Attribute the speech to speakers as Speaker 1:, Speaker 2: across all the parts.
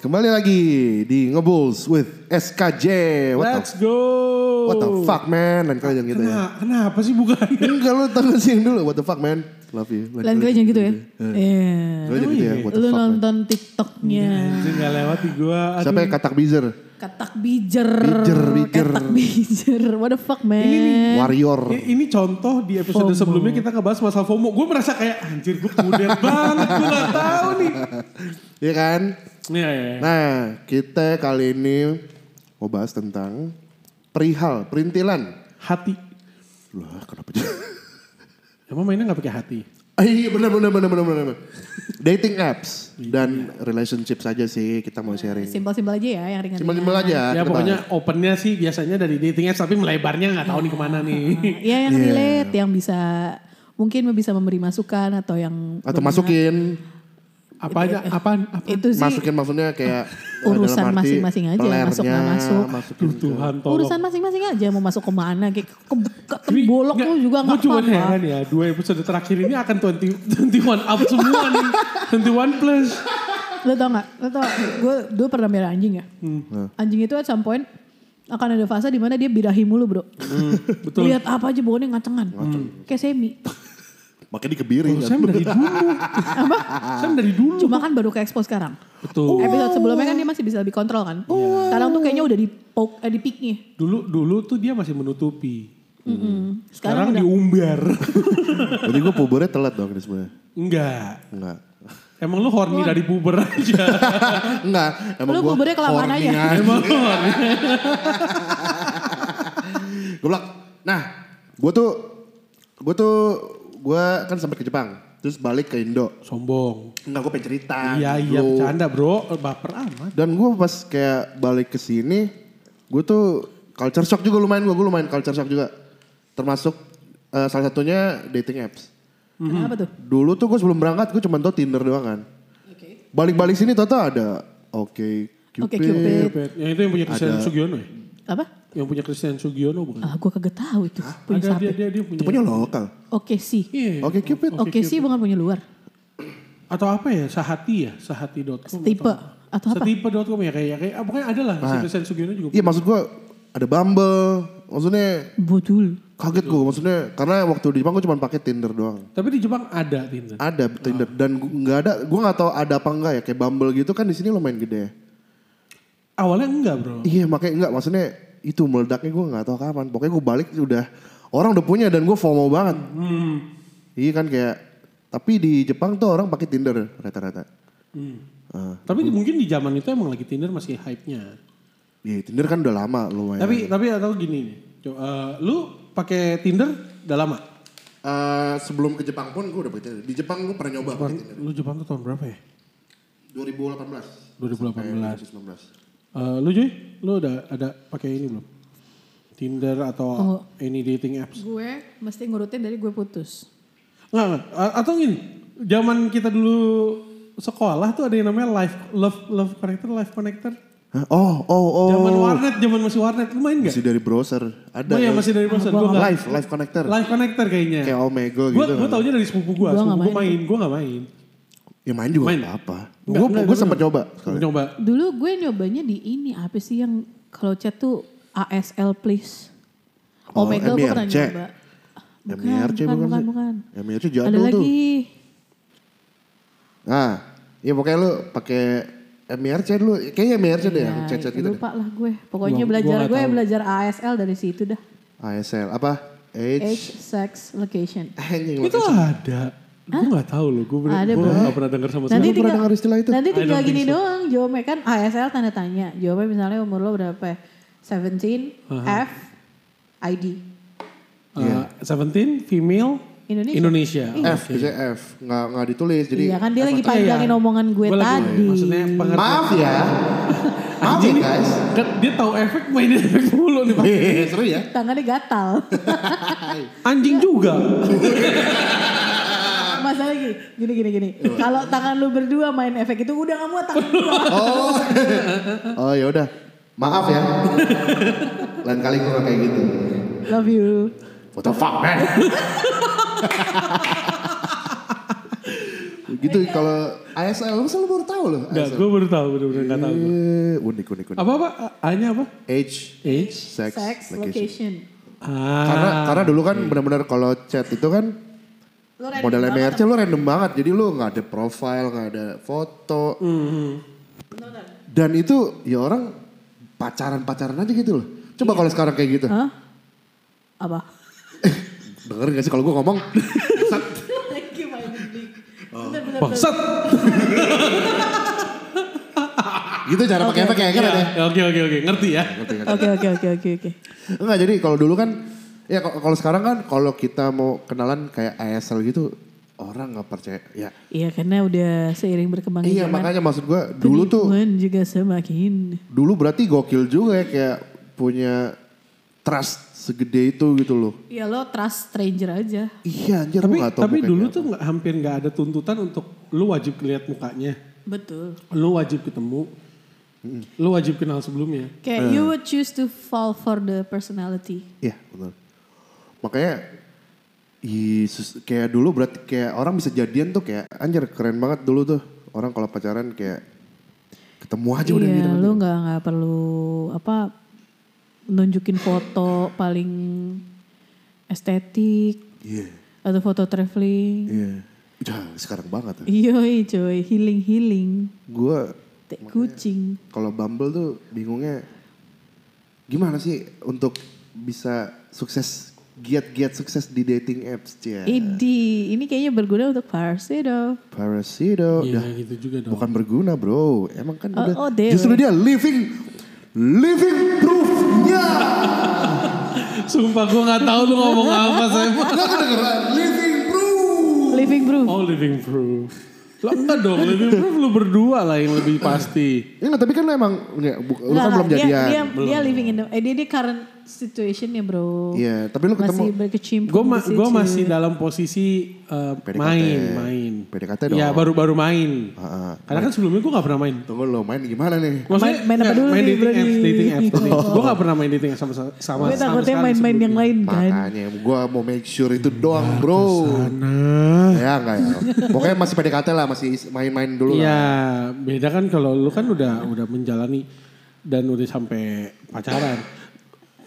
Speaker 1: Kembali lagi di Ngebulls with SKJ. What
Speaker 2: Let's
Speaker 1: the,
Speaker 2: go.
Speaker 1: what the fuck man? Lain kali yang gitu ya.
Speaker 2: Kena- Kenapa sih bukan?
Speaker 1: Enggak lu tau gak sih yang dulu? What the fuck man? Love you.
Speaker 3: Lain kali jangan gitu ya. Iya.
Speaker 1: Lu aja gitu ya. What the fuck man?
Speaker 3: Lu
Speaker 1: Iya.
Speaker 3: nonton TikToknya.
Speaker 2: Anjing nggak lewat di gua. Aduh.
Speaker 1: Siapa yang katak bizer?
Speaker 3: Katak bijer.
Speaker 1: Bijer, bijer.
Speaker 3: Katak bijer. What the fuck man.
Speaker 2: Ini,
Speaker 1: Warrior.
Speaker 2: Ya, ini contoh di episode
Speaker 3: FOMO.
Speaker 2: sebelumnya kita ngebahas masalah FOMO. Gue merasa kayak anjir gue kemudian banget. Gue gak tahu nih.
Speaker 1: Iya kan?
Speaker 2: Iya, iya, iya.
Speaker 1: Nah, kita kali ini mau bahas tentang perihal, perintilan.
Speaker 2: Hati.
Speaker 1: Lah, kenapa jadi?
Speaker 2: Emang mainnya gak pakai hati?
Speaker 1: Ah, Iya benar benar benar benar benar. Dating apps dan
Speaker 3: Iya.
Speaker 1: relationship saja sih kita mau sharing.
Speaker 3: Simpel-simpel aja ya yang ringan.
Speaker 1: Simpel-simpel aja.
Speaker 2: ya
Speaker 1: kita
Speaker 2: pokoknya
Speaker 1: bahas.
Speaker 2: opennya sih biasanya dari dating apps tapi melebarnya nggak tahu nih kemana nih.
Speaker 3: Iya yang relate, yang bisa mungkin bisa memberi masukan atau yang
Speaker 1: atau masukin
Speaker 2: apa aja? Apa? apa?
Speaker 3: itu sih
Speaker 1: masukin maksudnya kayak eh,
Speaker 3: Urusan
Speaker 1: dalam arti
Speaker 3: masing-masing aja,
Speaker 1: pelernya,
Speaker 3: masuk nggak masuk.
Speaker 1: masukin
Speaker 2: Aduh, Tuhan tolong.
Speaker 3: urusan masing-masing aja mau masuk ke mana kayak ke, ke, bolok lu
Speaker 2: Gue
Speaker 3: juga nggak
Speaker 2: cuma
Speaker 3: apa-apa.
Speaker 2: heran ya, dua episode terakhir ini akan 20, 21 up semua nih. 21 plus.
Speaker 3: Lo tau gak? Lo tau gue dulu pernah merah anjing ya.
Speaker 1: Hmm.
Speaker 3: Anjing itu at some point akan ada fase di mana dia birahi mulu bro.
Speaker 2: betul.
Speaker 3: Lihat apa aja bawahnya ngacengan. Kayak semi.
Speaker 1: makanya dikebiri kan.
Speaker 2: Sam dari dulu.
Speaker 3: apa?
Speaker 2: Sam dari dulu. Oh,
Speaker 3: Cuma kan baru ke expose sekarang.
Speaker 2: Betul.
Speaker 3: Episode sebelumnya kan dia masih bisa lebih kontrol kan. Sekarang tuh kayaknya udah di poke, eh, di pick nih.
Speaker 2: Dulu dulu tuh dia masih menutupi.
Speaker 3: Mm-mm.
Speaker 2: Sekarang,
Speaker 3: Sekarang, udah.
Speaker 2: diumbar.
Speaker 1: Jadi gue pubernya telat dong ini sebenarnya.
Speaker 2: Enggak.
Speaker 1: Enggak.
Speaker 2: Emang lu horny dari puber aja.
Speaker 1: Enggak, emang
Speaker 3: Lu
Speaker 1: gue
Speaker 3: pubernya kelamaan aja.
Speaker 2: Emang lu horny.
Speaker 1: Gue nah gue tuh, gue tuh, gue kan sempat ke Jepang. Terus balik ke Indo.
Speaker 2: Sombong.
Speaker 1: Enggak, gue pengen cerita. Gitu.
Speaker 2: Iya iya
Speaker 1: dulu.
Speaker 2: bercanda bro. Baper amat.
Speaker 1: Dan gue pas kayak balik ke sini, gue tuh culture shock juga lumayan gue, gue lumayan culture shock juga. Termasuk eh, salah satunya dating apps.
Speaker 3: Kenapa tuh?
Speaker 1: Dulu tuh gue sebelum berangkat gue cuma tau Tinder doang kan. Balik-balik sini tau tau ada Oke
Speaker 3: Oke,
Speaker 1: Cupid,
Speaker 3: Cupid.
Speaker 2: Yang Ya, itu yang punya Christian Sugiono ya?
Speaker 3: Apa?
Speaker 2: Yang punya Christian Sugiono bukan?
Speaker 3: Ah, gue kagak tahu itu. Punya
Speaker 2: Ada
Speaker 3: siapa. ya?
Speaker 2: dia, dia, dia
Speaker 1: itu
Speaker 2: punya.
Speaker 1: punya lokal.
Speaker 3: Oke sih.
Speaker 2: Iya.
Speaker 1: Oke Cupid.
Speaker 3: Oke sih bukan punya luar.
Speaker 2: Atau apa ya? Sahati ya? Sahati.com.
Speaker 3: Setipe. Atau apa?
Speaker 2: Setipe.com ya kayak kayak ah, pokoknya ada lah si
Speaker 1: Ah.
Speaker 2: Christian Sugiono juga.
Speaker 1: Iya maksud gue ada Bumble. Maksudnya
Speaker 3: Betul.
Speaker 1: kaget gue maksudnya karena waktu di Jepang gue cuma pakai Tinder doang.
Speaker 2: Tapi di Jepang ada Tinder.
Speaker 1: Ada Tinder dan gu- nggak ada, gue nggak tahu ada apa enggak ya kayak Bumble gitu kan di sini lumayan gede.
Speaker 2: Awalnya enggak bro.
Speaker 3: Oh.
Speaker 1: Iya makanya enggak maksudnya itu meledaknya gue nggak tahu kapan. Pokoknya gue balik udah orang udah punya dan gue FOMO banget.
Speaker 3: Hmm.
Speaker 2: Hmm.
Speaker 1: Iya kan kayak tapi di Jepang tuh orang pakai Tinder rata-rata. Ah,
Speaker 2: Tapi mungkin di zaman itu emang lagi Tinder masih hype-nya.
Speaker 1: Iya Tinder kan udah lama lumayan.
Speaker 2: Tapi tapi atau gini nih. Co- eh, lu pakai Tinder udah lama?
Speaker 1: Eh, sebelum ke Jepang pun gue udah pakai Tinder. Di Jepang gue pernah nyoba pakai Tinder.
Speaker 2: Lu Jepang tuh tahun berapa ya?
Speaker 1: 2018.
Speaker 2: 2018.
Speaker 1: 2019.
Speaker 2: Eh, lu Joy, lu udah ada pakai ini belum? Tinder atau any dating apps?
Speaker 3: Gue mesti ngurutin dari gue putus.
Speaker 2: Enggak, enggak. A- atau gini, zaman kita dulu sekolah tuh ada yang namanya live love love connector, live connector.
Speaker 1: Hah? Oh oh oh.
Speaker 2: Zaman warnet, zaman masih warnet, lu main enggak?
Speaker 1: Masih dari browser. Ada.
Speaker 2: Oh iya
Speaker 1: ya.
Speaker 2: masih dari browser, gua enggak.
Speaker 1: Live live connector.
Speaker 2: Live connector kayaknya.
Speaker 1: Kayak Omega
Speaker 2: Gue
Speaker 1: gitu.
Speaker 2: gue
Speaker 1: kan.
Speaker 2: taunya dari sepupu gue,
Speaker 3: Gua
Speaker 2: sepupu
Speaker 3: nggak
Speaker 2: gue main, gue nggak main.
Speaker 1: Ya main juga
Speaker 2: Main.
Speaker 1: nggak apa.
Speaker 2: Enggak, enggak,
Speaker 1: Gue gue
Speaker 2: gua
Speaker 1: sempat
Speaker 2: enggak.
Speaker 1: coba. sekali.
Speaker 2: Coba.
Speaker 3: Dulu gue nyobanya di ini apa sih yang kalau chat tuh ASL please.
Speaker 1: Oh,
Speaker 3: Omega gue pernah
Speaker 1: MIRC.
Speaker 3: nyoba. Bukan,
Speaker 1: MIRC E
Speaker 3: bukan,
Speaker 1: bukan
Speaker 3: bukan,
Speaker 1: sih?
Speaker 3: bukan.
Speaker 1: MIRC
Speaker 3: Ada
Speaker 1: jadul tuh.
Speaker 3: lagi.
Speaker 1: Nah, ya pokoknya lu pakai MIRC dulu. Kayaknya MIRC deh yang
Speaker 3: Ya,
Speaker 1: chat-chat gitu deh.
Speaker 3: lupa lah gue. Pokoknya
Speaker 2: Gua- gua
Speaker 3: belajar
Speaker 2: nggak
Speaker 3: gue
Speaker 2: tahu.
Speaker 3: belajar ASL dari situ dah.
Speaker 1: ASL apa?
Speaker 3: Age,
Speaker 1: H.
Speaker 3: sex, location.
Speaker 1: Anjing
Speaker 2: Itu
Speaker 1: makasih.
Speaker 2: ada. Gue gak tahu loh, gue bener,
Speaker 3: Ada,
Speaker 2: gue
Speaker 3: Bro.
Speaker 2: gak pernah denger sama
Speaker 3: nanti
Speaker 1: Lu
Speaker 2: sekali.
Speaker 1: pernah
Speaker 3: tinggal,
Speaker 1: dengar istilah itu?
Speaker 3: Nanti
Speaker 2: I don't
Speaker 3: tinggal
Speaker 2: think
Speaker 3: gini doang. Jawabnya kan ASL tanda tanya. Jawabnya misalnya umur lo berapa? 17, F, ID.
Speaker 1: Iya.
Speaker 2: Eh, 17, female,
Speaker 3: Indonesia.
Speaker 2: Indonesia. Eh,
Speaker 1: F, biasanya F. Nggak, nggak ditulis. Jadi
Speaker 3: Iya kan dia
Speaker 1: F
Speaker 3: lagi
Speaker 1: atau-
Speaker 3: panjangin
Speaker 2: Iya.
Speaker 3: omongan gue
Speaker 2: Gua lagi-
Speaker 3: tadi.
Speaker 2: Maksudnya pengertian.
Speaker 1: Maaf ya. Maaf ya guys.
Speaker 2: Kan Dia tahu efek main efek mulu nih Pak.
Speaker 1: Hehehe, Seru ya.
Speaker 3: Tangannya gatal.
Speaker 2: Anjing juga.
Speaker 3: Masalah gini, gini gini gini.
Speaker 1: Iya.
Speaker 3: Kalau tangan lu berdua main efek itu udah nggak muat tangan gua.
Speaker 1: Oh. oh ya udah. Maaf ya. Lain kali gue kayak gitu.
Speaker 3: Love you.
Speaker 1: What the fuck man? Gitu kalau ASL, masa lu baru tahu loh?
Speaker 2: Enggak, gue baru tahu bener-bener nggak tahu. gua.
Speaker 1: Eh, unik unik unik.
Speaker 2: Apa apa? A-nya apa?
Speaker 1: Age,
Speaker 2: Age.
Speaker 1: sex,
Speaker 3: Sex,
Speaker 1: location.
Speaker 3: location.
Speaker 2: Ah.
Speaker 1: Karena karena dulu kan benar-benar kalau chat itu kan
Speaker 3: Lu random
Speaker 1: model
Speaker 3: banget.
Speaker 1: MRC lu random banget. Jadi lu nggak ada profile, nggak ada foto.
Speaker 3: Bener-bener.
Speaker 1: Dan itu ya orang pacaran-pacaran aja gitu loh. Coba kalau sekarang kayak gitu.
Speaker 3: Hah? Apa?
Speaker 1: Dengerin gak sih kalau gue ngomong?
Speaker 3: Lagi main big.
Speaker 1: Oh.
Speaker 3: Bener-bener.
Speaker 2: Bangsat.
Speaker 1: gitu cara pakai efek kayak kan ada.
Speaker 2: Ya, Oke oke oke, ngerti ya.
Speaker 3: Oke oke oke oke oke.
Speaker 1: Enggak jadi kalau dulu kan ya kalau kalau sekarang kan kalau kita mau kenalan kayak ASL gitu orang nggak percaya. Ya.
Speaker 3: Iya karena udah seiring berkembangnya
Speaker 1: Iya
Speaker 3: zaman.
Speaker 1: makanya maksud gue dulu tuh
Speaker 3: penipuan juga semakin
Speaker 1: dulu berarti gokil juga ya kayak punya trust segede itu gitu loh.
Speaker 3: Ya lo trust stranger aja.
Speaker 1: Iya anjir
Speaker 2: Tapi
Speaker 1: gua nggak tahu
Speaker 2: tapi
Speaker 1: mukanya
Speaker 2: dulu
Speaker 1: apa.
Speaker 2: tuh nggak hampir nggak ada tuntutan untuk lu wajib lihat mukanya,
Speaker 3: Betul.
Speaker 2: lu wajib ketemu, lu wajib kenal sebelumnya.
Speaker 3: Kayak
Speaker 1: Eh.
Speaker 3: you would choose to fall for the personality.
Speaker 1: Iya benar. Makanya i- sus- kayak dulu berarti kayak orang bisa jadian tuh kayak anjir keren banget dulu tuh orang kalau pacaran kayak ketemu aja udah gitu.
Speaker 3: Iya, lu nggak nggak perlu apa nunjukin foto paling estetik
Speaker 1: Iya.
Speaker 3: atau foto traveling.
Speaker 1: Iya. Udah sekarang banget. Ya.
Speaker 3: Yoi coy, healing healing,
Speaker 1: Gue
Speaker 3: tek kucing.
Speaker 1: kalau Bumble tuh bingungnya gimana sih untuk bisa sukses giat-giat sukses di dating apps ya.
Speaker 3: Idi, ini kayaknya berguna untuk Farsi dong.
Speaker 1: Parasito.
Speaker 2: Iya
Speaker 1: Dah.
Speaker 2: gitu juga dong.
Speaker 1: Bukan berguna bro, emang kan
Speaker 3: Oh,
Speaker 1: udah
Speaker 3: oh, Dewi.
Speaker 1: justru dia living living proofnya.
Speaker 2: Sumpah gue nggak tahu lu ngomong apa saya.
Speaker 1: Gak kedengeran living proof.
Speaker 3: Living proof.
Speaker 2: Oh living proof. Lah enggak dong, living proof lu berdua lah yang lebih pasti.
Speaker 1: Ya nggak, tapi kan lu emang nggak, bu- lu
Speaker 3: Nggak,
Speaker 1: kan belum
Speaker 3: dia,
Speaker 1: jadian.
Speaker 3: Dia, dia living in the, eh, dia di current situation ya bro.
Speaker 1: Iya, tapi lu ketemu
Speaker 3: Masih berkecimpung
Speaker 2: Gue
Speaker 3: di situ.
Speaker 2: gua masih dalam posisi eh,
Speaker 1: PDKT.
Speaker 2: main, main.
Speaker 1: PDKT dong.
Speaker 2: Iya baru-baru main.
Speaker 1: Ah, ah.
Speaker 2: Karena kan sebelumnya gue gak pernah main.
Speaker 1: Tunggu lo main gimana nih?
Speaker 2: Maksudnya,
Speaker 3: main apa
Speaker 2: nggak,
Speaker 3: dulu
Speaker 2: main
Speaker 3: nih,
Speaker 2: dating
Speaker 3: Brody?
Speaker 2: apps, dating apps. Gue gak pernah main dating apps sama sama, sama
Speaker 3: Gue takutnya
Speaker 2: sekali
Speaker 3: main-main yang
Speaker 2: sebelumnya.
Speaker 3: lain kan.
Speaker 1: Makanya gua mau make sure itu doang bro. Ya enggak ya. Pokoknya masih PDKT lah, masih is- main-main dulu lah.
Speaker 2: Iya, beda kan kalau lu kan udah udah menjalani dan udah sampai pacaran.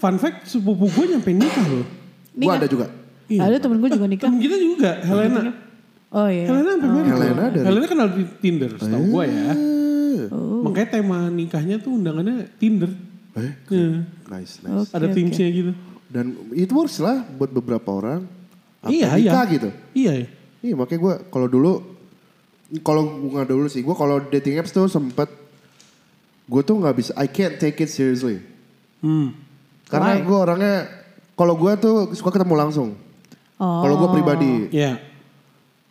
Speaker 2: Fun fact, sepupu gue nyampe nikah loh.
Speaker 1: Gua
Speaker 3: kan-
Speaker 1: ada juga.
Speaker 3: Ada temen gue juga nikah.
Speaker 2: Temen kita juga, Helena.
Speaker 3: Oh iya.
Speaker 2: Helena sampai married.
Speaker 1: Ah, Helena dari-
Speaker 2: Helena kenal di Tinder, setahu gue ya.
Speaker 1: Eh,
Speaker 2: Makanya tema nikahnya tuh undangannya Tinder.
Speaker 1: Eh,
Speaker 2: Iya.
Speaker 1: nice nice.
Speaker 3: Oke,
Speaker 2: Ada
Speaker 3: oke.
Speaker 2: tim C gitu.
Speaker 1: Dan it works lah buat beberapa orang. Apa
Speaker 2: Iya, iya.
Speaker 1: nikah gitu.
Speaker 2: Iya, ya.
Speaker 1: Iya makanya gue kalau dulu kalau gue nggak dulu sih gue kalau dating apps tuh sempet gue tuh nggak bisa I can't take it seriously
Speaker 2: Hmm.
Speaker 1: karena gue orangnya kalau gue tuh suka ketemu langsung
Speaker 3: Oh. Iya,
Speaker 1: kalau gue pribadi
Speaker 2: Iya.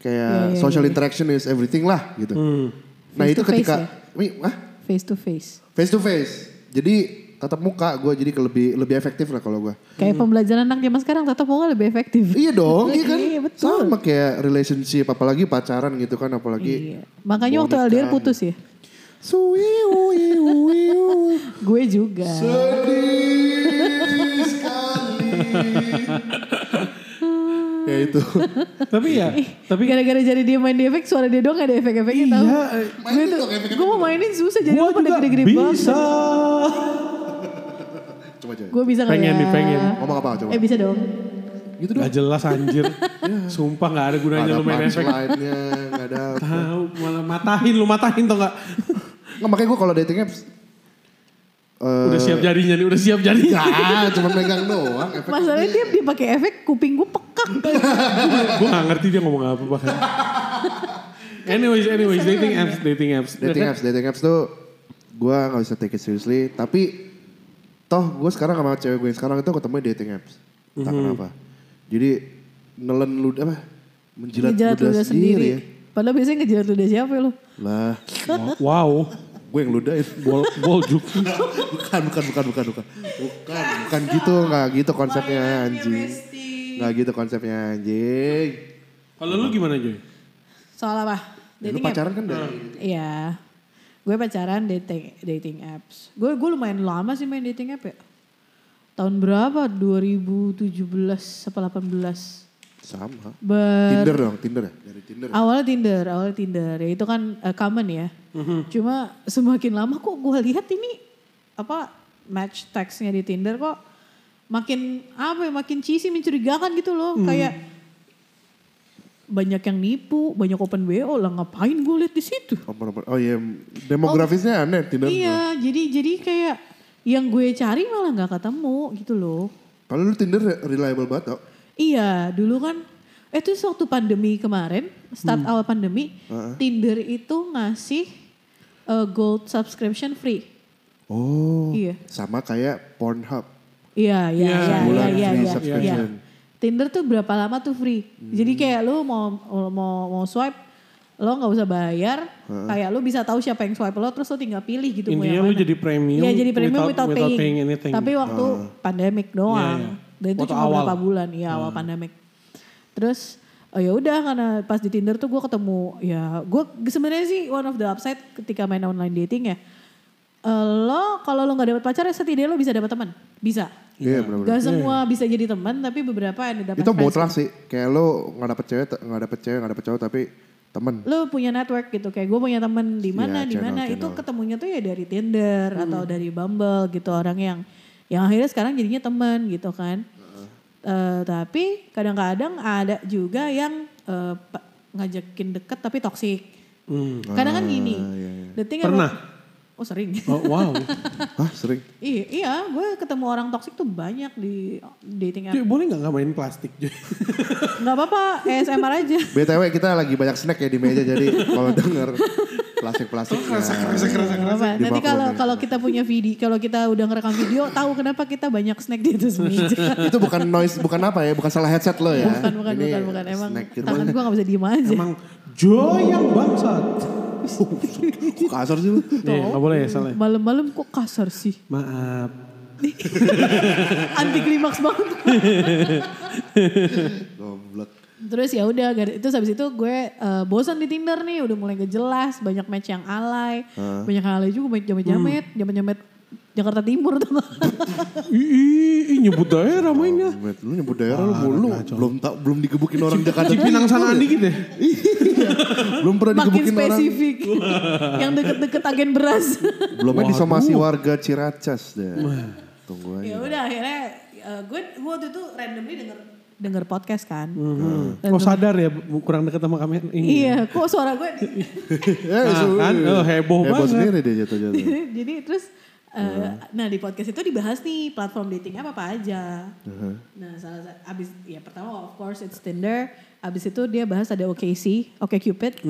Speaker 1: kayak social interaction is everything lah gitu
Speaker 2: Hmm.
Speaker 1: nah
Speaker 3: Face
Speaker 1: itu
Speaker 3: to face ya?
Speaker 1: ketika Wih, ah,
Speaker 3: Face to face.
Speaker 1: face to face jadi tatap muka gue jadi ke lebih lebih efektif lah kalau gue
Speaker 3: Kayak pembelajaran anak zaman sekarang tatap muka lebih efektif.
Speaker 1: Hmm. iya dong iya kan
Speaker 3: Iya, betul.
Speaker 1: sama kayak relationship apalagi pacaran gitu kan apalagi
Speaker 3: Iya. Makanya waktu LDR putus ya.
Speaker 1: Suwi, uwi, uwi, uwi.
Speaker 3: Gue juga.
Speaker 1: Sedih sekali. ya itu.
Speaker 2: Tapi ya, tapi
Speaker 3: Gara-gara jadi dia main di efek, suara dia doang gak ada efek-efeknya tau.
Speaker 2: Iya, eh,
Speaker 3: Gue tuh, gue mau mainin susah jadi
Speaker 2: gua
Speaker 3: lu pada
Speaker 2: juga
Speaker 3: gede-gede banget.
Speaker 2: bisa.
Speaker 1: Coba aja.
Speaker 3: Gue bisa gak
Speaker 2: Pengen
Speaker 3: ya?
Speaker 2: nih, pengen.
Speaker 1: Ngomong apa coba?
Speaker 3: Eh bisa dong.
Speaker 1: Gitu dong.
Speaker 2: Gak jelas anjir. Ya, Sumpah gak ada
Speaker 1: Nggak
Speaker 2: gunanya
Speaker 1: ada
Speaker 2: lu main efek.
Speaker 1: punchline-nya, nggak ada.
Speaker 2: Tahu malah matahin lu matahin tau gak?
Speaker 1: Nggak, makanya gue kalau dating apps. eh,
Speaker 2: Udah siap jarinya nih, udah siap jarinya.
Speaker 1: Ya, cuma megang doang. Efek.
Speaker 3: Masalahnya dia dia pakai efek kuping gue pekak.
Speaker 2: gue gak ngerti dia ngomong apa bahkan. Anyways, anyways, dating apps, dating apps.
Speaker 1: Dating apps, dating apps tuh gue nggak bisa take it seriously. Tapi toh gue sekarang sama cewek gue yang sekarang itu ketemu di dating apps. Entah kenapa. Jadi nelen lu apa? Menjilat,
Speaker 3: Ngejilat
Speaker 1: ludah,
Speaker 3: ludah
Speaker 1: sendiri. ya.
Speaker 3: sendiri. Padahal biasanya ngejilat ludah siapa ya lu?
Speaker 1: Lah,
Speaker 2: Wow,
Speaker 1: gue yang ludahin.
Speaker 2: bol, boljuk.
Speaker 1: bukan bukan bukan bukan bukan bukan bukan gitu nggak gitu konsepnya anjing nggak gitu konsepnya anjing
Speaker 2: Kalau lu gimana Joy?
Speaker 3: Soal apa?
Speaker 1: ya, lu
Speaker 3: Dating app?
Speaker 1: pacaran kan dari
Speaker 3: Iya. Gue pacaran dating dating apps. Gue gue lumayan lama sih main dating app ya. Tahun berapa? 2017 apa 18.
Speaker 1: Sama.
Speaker 3: Ber-
Speaker 1: Tinder dong, Tinder ya? Dari Tinder.
Speaker 3: Awalnya Tinder, awalnya Tinder. Ya itu kan eh, common ya. Cuma semakin lama kok gue lihat ini apa match text-nya di Tinder kok makin apa ya makin cheesy mencurigakan gitu loh. Kayak banyak yang nipu, banyak open BO lah ngapain gue lihat di situ.
Speaker 1: Nomor-nomor- Oh iya, demografisnya aneh Tinder.
Speaker 3: Iya, jadi jadi kayak yang gue cari malah nggak ketemu gitu loh.
Speaker 1: Kalau lu Tinder re- reliable banget tau.
Speaker 3: Iya, dulu kan eh, itu waktu pandemi kemarin,
Speaker 1: Hmm.
Speaker 3: start awal pandemi, Tinder itu ngasih uh, gold subscription free.
Speaker 1: Oh,
Speaker 3: Iya.
Speaker 1: sama kayak Pornhub.
Speaker 2: Iya,
Speaker 3: Iya, iya, iya, iya,
Speaker 1: sebulan
Speaker 3: iya,
Speaker 1: free
Speaker 3: iya, iya.
Speaker 1: subscription. Hmm.
Speaker 3: Tinder tuh berapa lama tuh free. Jadi kayak lu mau mau mau swipe lo nggak usah bayar, kayak lu bisa tahu siapa yang swipe lo terus lo tinggal pilih gitu mau
Speaker 2: Intinya
Speaker 3: yang
Speaker 2: lu
Speaker 3: mana.
Speaker 2: jadi premium
Speaker 3: Iya, jadi premium
Speaker 2: without-
Speaker 3: without,
Speaker 2: without
Speaker 3: paying.
Speaker 2: paying anything.
Speaker 3: Tapi waktu pandemic doang.
Speaker 2: Iya, iya.
Speaker 3: Dan itu
Speaker 2: Waktu
Speaker 3: cuma
Speaker 2: awal. Ah.
Speaker 3: berapa bulan, iya awal pandemic. Terus oh ya udah karena pas di Tinder tuh gue ketemu ya gue sebenarnya sih one of the upside ketika main online dating ya. eh, lo kalau lo nggak dapat pacar ya setidaknya lo bisa dapat teman, bisa.
Speaker 1: Iya, benar-benar.
Speaker 3: Gak semua bisa jadi teman tapi beberapa yang dapat.
Speaker 1: Itu mutlak sih. Kayak lu nggak dapet cewek, nggak dapet cewek, nggak dapet cowok tapi temen.
Speaker 3: lo punya network gitu kayak gue punya temen di mana
Speaker 1: Iya,
Speaker 3: di
Speaker 1: channel,
Speaker 3: mana
Speaker 1: Hmm.
Speaker 3: itu ketemunya tuh ya dari Tinder atau dari Bumble gitu orang yang yang akhirnya sekarang jadinya temen gitu kan
Speaker 1: Hmm.
Speaker 3: Eh, tapi kadang-kadang ada juga yang eh, pa- ngajakin deket tapi toksik
Speaker 2: Hmm.
Speaker 3: kadang
Speaker 1: Ah,
Speaker 3: kan gini
Speaker 1: iya,
Speaker 3: the thing about-
Speaker 2: Pernah?
Speaker 3: oh sering
Speaker 2: Oh, wow.
Speaker 1: Hah, Ah, sering.
Speaker 3: iya iya gue ketemu orang toksik tuh banyak di dating app
Speaker 2: Cuy, boleh nggak nggak main plastik? Cuy?
Speaker 3: nggak apa-apa ASMR aja
Speaker 1: BTW kita lagi banyak snack ya di meja jadi kalau denger plastik-plastik.
Speaker 3: Nggak apa-apa. Nanti
Speaker 1: Dimaklumi.
Speaker 3: kalau kalau kita punya video, kalau kita udah ngerekam video, tahu kenapa kita banyak snack di atas meja.
Speaker 1: itu bukan noise, bukan apa ya, bukan salah headset lo ya.
Speaker 3: Bukan, bukan,
Speaker 1: Kan? Ini
Speaker 3: bukan, bukan. Emang
Speaker 1: snack gitu.
Speaker 3: tangan gua gak bisa diem aja.
Speaker 2: Emang joy yang bangsat.
Speaker 1: Kok kasar sih lu?
Speaker 2: Iya, nggak boleh ya salah.
Speaker 3: Malam-malam kok kasar sih.
Speaker 2: Maaf.
Speaker 3: Anti klimaks banget.
Speaker 1: Goblok.
Speaker 3: Terus ya udah, gar- itu habis itu gue eh, bosan di Tinder nih, udah mulai gak jelas, banyak match yang alay, banyak yang alay juga, banyak jamet-jamet,
Speaker 1: Hmm.
Speaker 3: jamet-jamet Jakarta Timur tuh.
Speaker 2: Ih, ih, ih, nyebut daerah mainnya.
Speaker 1: Met, lu nyebut daerah lu mulu. Belum tak belum digebukin orang Jakarta.
Speaker 2: Cipinang sana dikit ya? deh.
Speaker 1: belum pernah
Speaker 3: Makin
Speaker 1: digebukin orang.
Speaker 3: spesifik. yang deket-deket agen beras.
Speaker 1: Belum main disomasi warga Ciracas deh. Tunggu aja.
Speaker 3: ya udah akhirnya eh, gue gue waktu itu randomly denger denger podcast kan.
Speaker 2: Kok sadar ya bu- kurang dekat sama kamera ini.
Speaker 3: Iya, kok suara gue di-
Speaker 1: Eh,
Speaker 2: Nah,
Speaker 1: su-
Speaker 2: kan,
Speaker 3: Oh,
Speaker 2: eh, heboh
Speaker 1: Heboh
Speaker 2: banget.
Speaker 1: sendiri dia jatuh-jatuh.
Speaker 3: Jadi terus eh, nah di podcast itu dibahas nih platform dating apa apa aja.
Speaker 1: Uh-huh.
Speaker 3: Nah, salah sa- abis ya pertama of course it's Tinder, abis itu dia bahas ada OKC, OkCupid,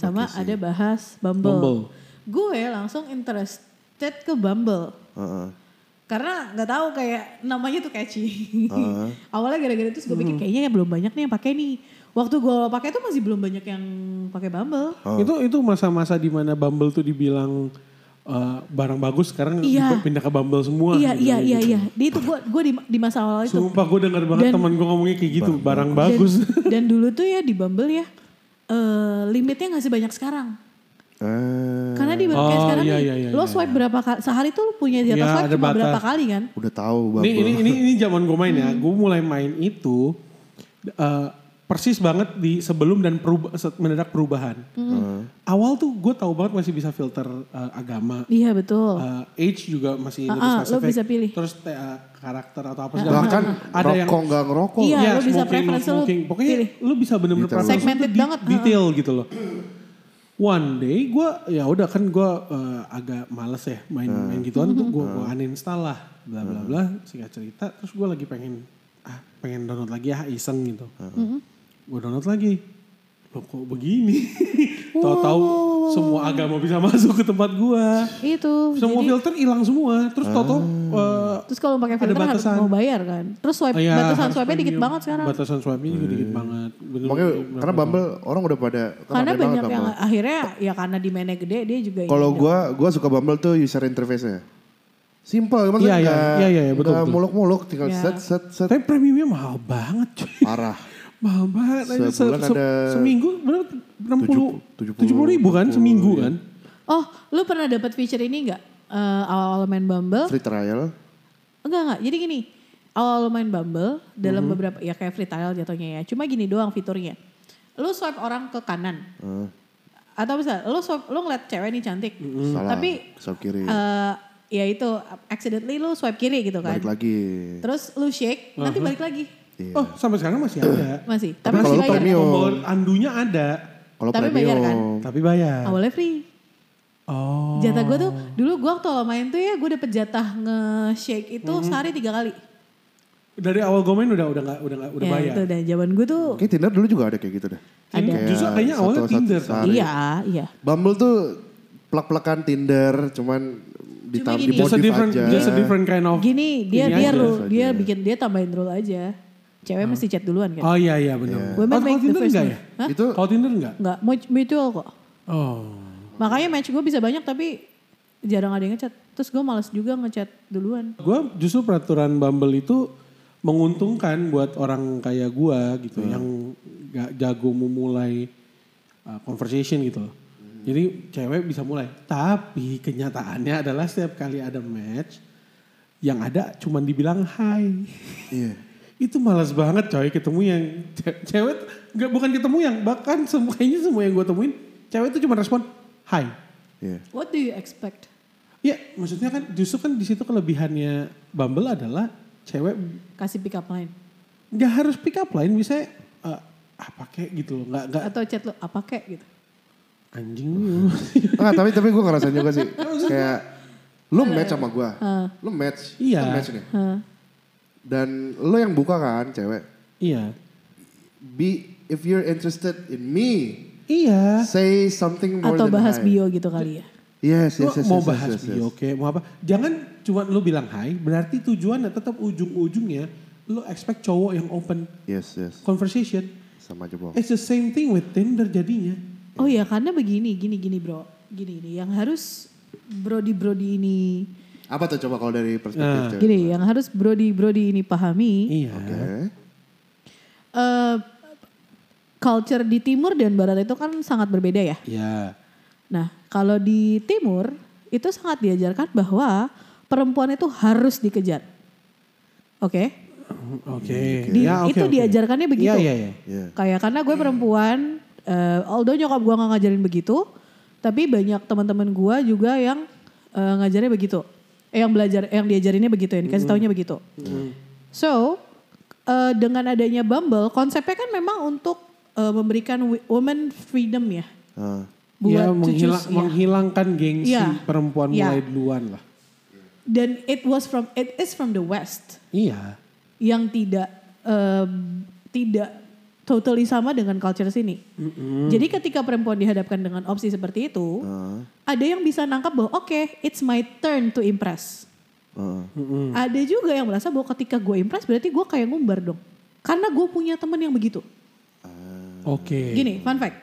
Speaker 3: sama ada bahas Bumble.
Speaker 2: Bumble.
Speaker 3: Gue langsung interested ke Bumble.
Speaker 1: Heeh.
Speaker 3: Karena nggak tahu kayak namanya tuh catchy. Awalnya gara-gara itu gue pikir
Speaker 2: Hmm.
Speaker 3: kayaknya ya belum banyak nih yang pakai nih. Waktu gue pakai tuh masih belum banyak yang pakai Bumble.
Speaker 1: Oh.
Speaker 2: Itu itu masa-masa di mana Bumble tuh dibilang eh, barang bagus sekarang
Speaker 3: Iya.
Speaker 2: pindah ke Bumble semua.
Speaker 3: Iya
Speaker 2: gitu.
Speaker 3: iya iya iya. Di itu gue gue di, di masa awal itu.
Speaker 2: Sumpah gue denger banget
Speaker 3: Dan-
Speaker 2: teman gue ngomongnya kayak gitu, barang
Speaker 3: Dan-
Speaker 2: bagus.
Speaker 3: Dan, dulu tuh ya di Bumble ya eh, limitnya nggak sebanyak sekarang.
Speaker 1: Eh,
Speaker 3: Karena di Bumble kayak
Speaker 2: Oh,
Speaker 3: sekarang
Speaker 2: iya,
Speaker 3: nih,
Speaker 2: iya, iya,
Speaker 3: lo swipe berapa kali sehari tuh lo punya di atas
Speaker 2: Iya,
Speaker 3: swipe
Speaker 2: ada
Speaker 3: cuma
Speaker 2: batas.
Speaker 3: berapa kali kan?
Speaker 1: udah tahu
Speaker 2: ini
Speaker 1: Bumble.
Speaker 2: ini ini ini zaman gue main ya. Gue mulai main itu eh, persis banget di sebelum dan perubah, mendadak perubahan.
Speaker 3: Hmm.
Speaker 1: Uh-huh.
Speaker 2: Awal tuh gue tahu banget masih bisa filter eh, agama.
Speaker 3: Iya betul.
Speaker 2: Eh, age juga masih
Speaker 3: Ah,
Speaker 2: lebih
Speaker 3: ah, lo
Speaker 2: spesifik.
Speaker 3: bisa pilih. Nah.
Speaker 2: Terus TA karakter atau apa segala
Speaker 1: Bahkan
Speaker 2: macam.
Speaker 1: rokok nggak ngerokok.
Speaker 3: Iya, lo bisa
Speaker 2: ya, smoking,
Speaker 3: preference
Speaker 2: no
Speaker 3: lo
Speaker 2: smoking. Pokoknya
Speaker 3: pilih.
Speaker 2: lo bisa bener-bener
Speaker 1: Detail.
Speaker 2: preference lo tuh
Speaker 3: Segmented
Speaker 2: di-
Speaker 3: banget,
Speaker 2: Detail gitu loh. One day gue ya udah kan gue agak males ya main main gituan tuh gue gua uninstall lah bla bla bla singkat cerita terus gue lagi pengen ah pengen download lagi ah iseng gitu
Speaker 3: Hmm.
Speaker 2: gue download lagi lo kok begini tahu-tahu semua agama bisa masuk ke tempat gue
Speaker 3: Itu.
Speaker 2: Ah. semua
Speaker 3: jadi,
Speaker 2: filter hilang semua terus toto eh,
Speaker 3: terus kalau pakai
Speaker 2: ada
Speaker 3: filter harus
Speaker 2: batasan.
Speaker 3: mau bayar kan. Terus swipe
Speaker 2: ya,
Speaker 3: batasan
Speaker 2: harus
Speaker 3: swipe-nya dikit
Speaker 2: premium.
Speaker 3: banget sekarang.
Speaker 2: batasan swipe-nya juga dikit banget Bener-
Speaker 1: Iya. Makanya
Speaker 2: bener-
Speaker 1: karena Bumble orang udah pada kan
Speaker 3: Karena
Speaker 1: rame banget
Speaker 3: banyak yang
Speaker 1: Bumble.
Speaker 3: akhirnya ya karena demandnya gede dia juga ini.
Speaker 1: Kalau gua gua suka Bumble tuh user interface-nya. Simple, maksudnya
Speaker 2: Iya, iya.
Speaker 1: nggak-
Speaker 2: Iya, iya, iya, betul,
Speaker 1: nggak
Speaker 2: betul.
Speaker 1: muluk-muluk tinggal
Speaker 3: Iya.
Speaker 1: set set set
Speaker 2: tapi premiumnya mahal banget cuy
Speaker 1: parah.
Speaker 2: mahal banget Aja
Speaker 1: Sebulan ada-
Speaker 2: seminggu berapa 60
Speaker 1: Tujuh-
Speaker 2: 70, ribu kan seminggu kan
Speaker 3: Oh, lu pernah dapat feature ini nggak? Eh, awal-awal main Bumble?
Speaker 1: Free trial.
Speaker 3: Enggak enggak. Jadi gini, awal lo main Bumble dalam
Speaker 1: Mhm.
Speaker 3: beberapa ya kayak free trial jatuhnya ya. Cuma gini doang fiturnya. Lo swipe orang ke kanan.
Speaker 1: Eh,
Speaker 3: Atau bisa lo swipe, lo ngeliat cewek nih cantik.
Speaker 1: salah.
Speaker 3: Tapi
Speaker 1: Swipe kiri.
Speaker 3: eh, ya itu accidentally lo swipe kiri gitu kan.
Speaker 1: Balik lagi.
Speaker 3: Terus lo shake, nanti balik lagi.
Speaker 1: Iya.
Speaker 2: Oh sampai sekarang masih ada.
Speaker 3: Masih.
Speaker 1: Tapi
Speaker 3: Tapi, masih
Speaker 1: kalau lo
Speaker 3: bayar.
Speaker 1: premium.
Speaker 2: Tombol andunya ada,
Speaker 1: Kalau
Speaker 3: tapi bayar
Speaker 1: premium.
Speaker 3: kan?
Speaker 2: tapi bayar.
Speaker 3: Awalnya free.
Speaker 2: Oh.
Speaker 3: Jatah gue tuh dulu gue waktu awal main tuh ya gue dapet jatah nge-shake
Speaker 2: Hmm.
Speaker 3: itu sehari tiga kali.
Speaker 2: Dari awal gue main udah udah nggak udah nggak udah
Speaker 3: ya,
Speaker 2: bayar.
Speaker 3: Itu dan zaman gue tuh
Speaker 1: Kayak Tinder dulu juga ada kayak gitu deh.
Speaker 3: Ada.
Speaker 2: Ini Justru kayaknya
Speaker 1: satu-
Speaker 2: awalnya
Speaker 1: satu-
Speaker 2: Tinder.
Speaker 1: sehari.
Speaker 3: iya iya.
Speaker 1: Bumble tuh plek-plekan Tinder, cuman ditam
Speaker 3: gini.
Speaker 2: Just a
Speaker 1: dimodif
Speaker 2: different,
Speaker 1: aja.
Speaker 2: just a different kind of.
Speaker 3: Gini
Speaker 2: Oh,
Speaker 3: dia
Speaker 2: Ini
Speaker 3: dia
Speaker 2: aja.
Speaker 3: rule, dia bikin dia tambahin rule aja. Cewek mesti chat duluan kan.
Speaker 2: Oh iya iya benar. Oh,
Speaker 3: Women
Speaker 2: kalau
Speaker 3: make the
Speaker 2: Tinder
Speaker 3: first
Speaker 2: enggak
Speaker 3: move.
Speaker 2: ya?
Speaker 3: Hah?
Speaker 1: Itu
Speaker 2: Kalau Tinder enggak?
Speaker 3: Enggak, mu- mutual kok.
Speaker 2: Oh.
Speaker 3: Makanya match gue bisa banyak tapi jarang ada yang ngechat. Terus gue males juga ngechat duluan.
Speaker 2: Gue justru peraturan Bumble itu menguntungkan buat orang kayak gue gitu yang gak jago memulai uh, conversation gitu loh. Jadi cewek bisa mulai. Tapi kenyataannya adalah setiap kali ada match yang ada cuman dibilang hai.
Speaker 1: iya.
Speaker 2: itu malas banget coy ketemu yang ce- cewek nggak bukan ketemu yang bahkan semua kayaknya semua yang gue temuin cewek itu cuma respon hai.
Speaker 1: Iya.
Speaker 3: What do you expect?
Speaker 2: Ya maksudnya kan justru kan di situ kelebihannya Bumble adalah cewek
Speaker 3: Kasih pick up line
Speaker 2: nggak harus pick up line bisa eh, apa kek gitu loh nggak nggak
Speaker 3: atau chat lu apa kek gitu.
Speaker 2: anjing lu
Speaker 1: Enggak, tapi tapi gue ngerasain juga sih. kayak lu
Speaker 3: Iya.
Speaker 1: match sama gue. Lu match.
Speaker 2: Iya.
Speaker 1: Lu match nih.
Speaker 3: Hah.
Speaker 1: Dan lu yang buka kan cewek.
Speaker 2: iya
Speaker 1: Be if you're interested in me,
Speaker 2: iya
Speaker 1: say something more
Speaker 3: atau
Speaker 1: than
Speaker 3: bahas
Speaker 1: hi.
Speaker 3: bio gitu kali ya.
Speaker 1: Yes,
Speaker 2: Lu
Speaker 1: yes, yes,
Speaker 2: mau
Speaker 1: yes,
Speaker 2: bahas
Speaker 1: yes, yes,
Speaker 2: bio
Speaker 1: yes.
Speaker 2: oke mau apa jangan cuma lu bilang hai berarti tujuannya tetap ujung-ujungnya lu expect cowok yang open
Speaker 1: Yes, yes.
Speaker 2: conversation
Speaker 1: Sama aja bohong.
Speaker 2: it's the same thing with Tinder jadinya
Speaker 3: Oh iya karena begini gini gini bro gini ini yang harus brodi brodi ini
Speaker 1: Apa tuh coba kalau dari perspektif
Speaker 2: Ah.
Speaker 1: cewek?
Speaker 3: gini yang harus brodi brodi ini pahami
Speaker 2: iya
Speaker 1: Oke.
Speaker 3: eh, culture di timur dan barat itu kan sangat berbeda ya.
Speaker 2: iya
Speaker 3: Nah kalau di timur itu sangat diajarkan bahwa perempuan itu harus dikejar, oke?
Speaker 2: oke
Speaker 3: Di-
Speaker 2: Ya, oke,
Speaker 3: itu
Speaker 2: oke.
Speaker 3: diajarkannya begitu.
Speaker 2: iya iya iya
Speaker 1: Iya.
Speaker 3: Kayak karena gue perempuan, eh, although nyokap gue nggak ngajarin begitu, tapi banyak teman-teman gue juga yang eh, ngajarinnya begitu, eh, yang belajar, yang diajarinnya begitu, yang
Speaker 1: Hmm.
Speaker 3: dikasih taunya begitu. So eh, dengan adanya Bumble, konsepnya kan memang untuk eh, memberikan wi- woman freedom ya,
Speaker 1: Ah.
Speaker 2: Ya,
Speaker 3: buat to
Speaker 2: menghila-
Speaker 3: choose, ya.
Speaker 2: menghilangkan gengsi
Speaker 3: Iya.
Speaker 2: perempuan
Speaker 3: Iya.
Speaker 2: mulai duluan lah
Speaker 3: Dan it was from, it is from the West
Speaker 2: iya
Speaker 3: yang tidak eh, tidak totally sama dengan culture sini. Jadi ketika perempuan dihadapkan dengan opsi seperti itu,
Speaker 1: Hmm. Ah.
Speaker 3: ada yang bisa nangkap bahwa oke, it's my turn to impress.
Speaker 1: Ah.
Speaker 2: Hmm.
Speaker 3: Ada juga yang merasa bahwa ketika gue impress berarti gue kayak ngumbar dong. Karena gue punya temen yang begitu.
Speaker 2: oke Hmm.
Speaker 3: Gini, fun fact.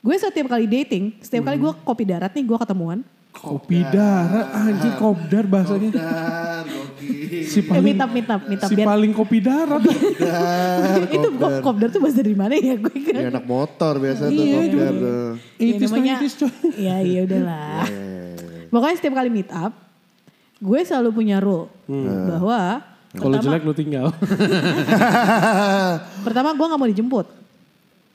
Speaker 3: Gue setiap kali dating, setiap kali gue kopi darat nih, gue ketemuan.
Speaker 2: Kopi darah, anjir kopdar bahasanya.
Speaker 1: Dar, gokil.
Speaker 2: Si
Speaker 3: Eh,
Speaker 2: paling
Speaker 3: meet up, meet up, meet up.
Speaker 2: si
Speaker 3: Biar-
Speaker 2: paling kopi darah.
Speaker 1: Dar,
Speaker 3: itu kop- kopdar tuh bahasa dari mana ya gue kan?
Speaker 1: Ini Iya, anak motor biasa tuh
Speaker 2: Iya,
Speaker 1: kopdar
Speaker 2: cuman-
Speaker 1: tuh.
Speaker 3: Ya,
Speaker 2: Iya. Itis
Speaker 3: namanya-
Speaker 2: itis iya. coy.
Speaker 3: Ya iya udahlah. Pokoknya setiap kali meet up, gue selalu punya rule
Speaker 2: Hmm.
Speaker 3: bahwa
Speaker 2: Kalau jelek lu tinggal.
Speaker 3: pertama gue nggak mau dijemput,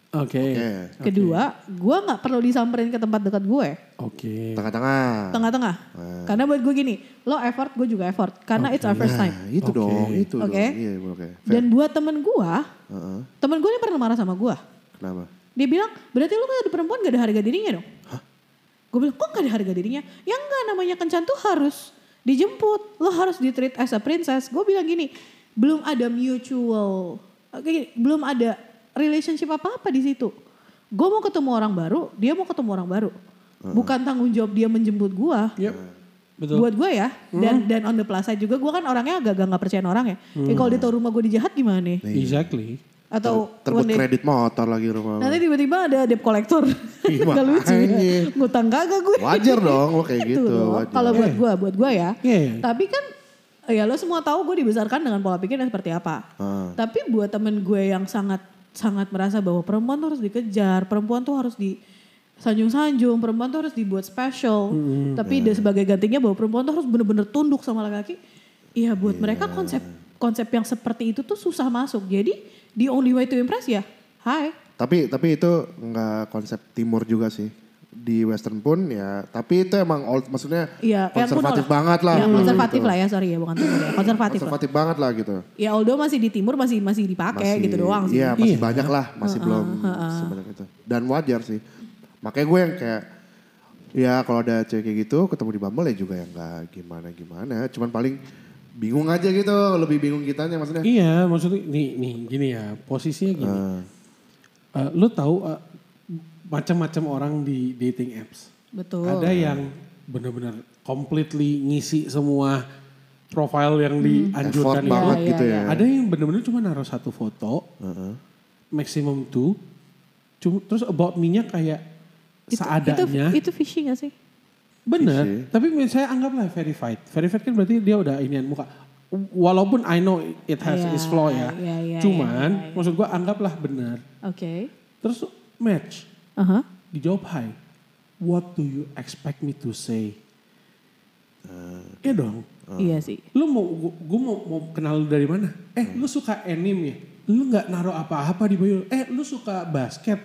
Speaker 2: Oke.
Speaker 1: Eh,
Speaker 3: kedua gue nggak perlu disamperin ke tempat dekat gue,
Speaker 2: Oke.
Speaker 1: Tengah-tengah.
Speaker 3: tengah-tengah. Karena buat gue gini, lo effort gue juga effort, karena it's our first time.
Speaker 1: Nah, itu dong, itu dong.
Speaker 3: Oke.
Speaker 1: Iya, oke. Fair.
Speaker 3: Dan buat temen gue,
Speaker 1: Heeh.
Speaker 3: temen gue ini pernah marah sama gue.
Speaker 1: Kenapa?
Speaker 3: Dia bilang, berarti lu kan ada perempuan gak ada harga dirinya dong? Gue bilang, kok gak ada harga dirinya? Ya enggak, namanya kencan tuh harus dijemput. Lo harus di-treat as a princess. Gue bilang gini, belum ada mutual, oke, gini, belum ada relationship apa-apa di situ. Gue mau ketemu orang baru, dia mau ketemu orang baru. Bukan tanggung jawab dia menjemput gue.
Speaker 2: Yep. Betul.
Speaker 3: Buat gue ya,
Speaker 1: Hmm.
Speaker 3: dan dan on the plus side juga gue kan orangnya agak-agak gak percaya orang ya. Ya kalau dia tahu rumah gue dijahat gimana?
Speaker 2: Exactly.
Speaker 3: Atau
Speaker 1: Terbut
Speaker 3: one day-
Speaker 1: kredit motor lagi rumah. lu.
Speaker 3: Nanti tiba-tiba ada debt collector. Gak lucu
Speaker 1: makanya.
Speaker 3: ya. Ngutang kagak gue.
Speaker 1: Wajar dong lo kayak
Speaker 3: Gitu
Speaker 1: gitu.
Speaker 3: loh.
Speaker 1: wajar.
Speaker 3: Kalau buat gue, buat gue ya.
Speaker 2: Iya, iya.
Speaker 3: Tapi kan ya lo semua tahu gue dibesarkan dengan pola pikirnya seperti apa.
Speaker 1: Ah.
Speaker 3: Tapi buat temen gue yang sangat sangat merasa bahwa perempuan tuh harus dikejar, perempuan tuh harus di sanjung-sanjung, perempuan tuh harus dibuat special. Tapi dia sebagai gantinya bahwa perempuan tuh harus bener-bener tunduk sama laki-laki. Iya buat mereka konsep konsep yang seperti itu tuh susah masuk. Jadi the only way to impress ya, hai.
Speaker 1: Tapi tapi itu nggak konsep timur juga sih. Di western pun ya, tapi itu emang old maksudnya
Speaker 3: Iya, yang kuno
Speaker 1: konservatif banget lah.
Speaker 3: Ya, konservatif lah ya, sorry ya bukan timur ya. Konservatif, lah.
Speaker 1: Konservatif banget lah gitu.
Speaker 3: Ya although masih di timur masih masih dipakai gitu doang sih.
Speaker 1: Iya, masih banyak lah, masih belum sebanyak itu. Dan wajar sih. Makanya gue yang kayak ya kalau ada cewek kayak gitu ketemu di Bumble ya juga yang nggak gimana-gimana, cuman paling bingung aja gitu, lebih bingung kitanya maksudnya.
Speaker 2: Iya, maksudnya nih nih gini ya, posisinya gini. Eh, lu tahu eh, macam-macam orang di dating apps.
Speaker 3: Betul.
Speaker 2: Ada yang benar-benar completely ngisi semua profile yang
Speaker 1: Effort
Speaker 2: dianjurkan itu.
Speaker 1: banget
Speaker 3: Iya,
Speaker 1: gitu
Speaker 3: iya,
Speaker 1: ya.
Speaker 2: Ada yang benar-benar cuma naruh satu foto, maximum two. Cuma, terus about me-nya kayak
Speaker 3: Itu-
Speaker 2: seadanya.
Speaker 3: Itu, itu phishing gak sih?
Speaker 1: Isi.
Speaker 2: Bener, tapi saya anggaplah verified. Verified kan berarti dia udah inian muka. Walaupun I know it has
Speaker 3: Iya,
Speaker 2: its flaw ya.
Speaker 3: iya, iya,
Speaker 2: Cuman
Speaker 3: iya, iya.
Speaker 2: maksud gua anggaplah benar.
Speaker 3: Oke.
Speaker 2: Terus match,
Speaker 3: Aha.
Speaker 2: dijawab hi. What do you expect me to say? Iya dong.
Speaker 1: Oh.
Speaker 3: Iya sih.
Speaker 2: Lu mau gua, gua mau, mau kenal lu dari mana? Eh, lu suka anime ya? Lu nggak naruh apa-apa di bio. Eh, lu suka basket.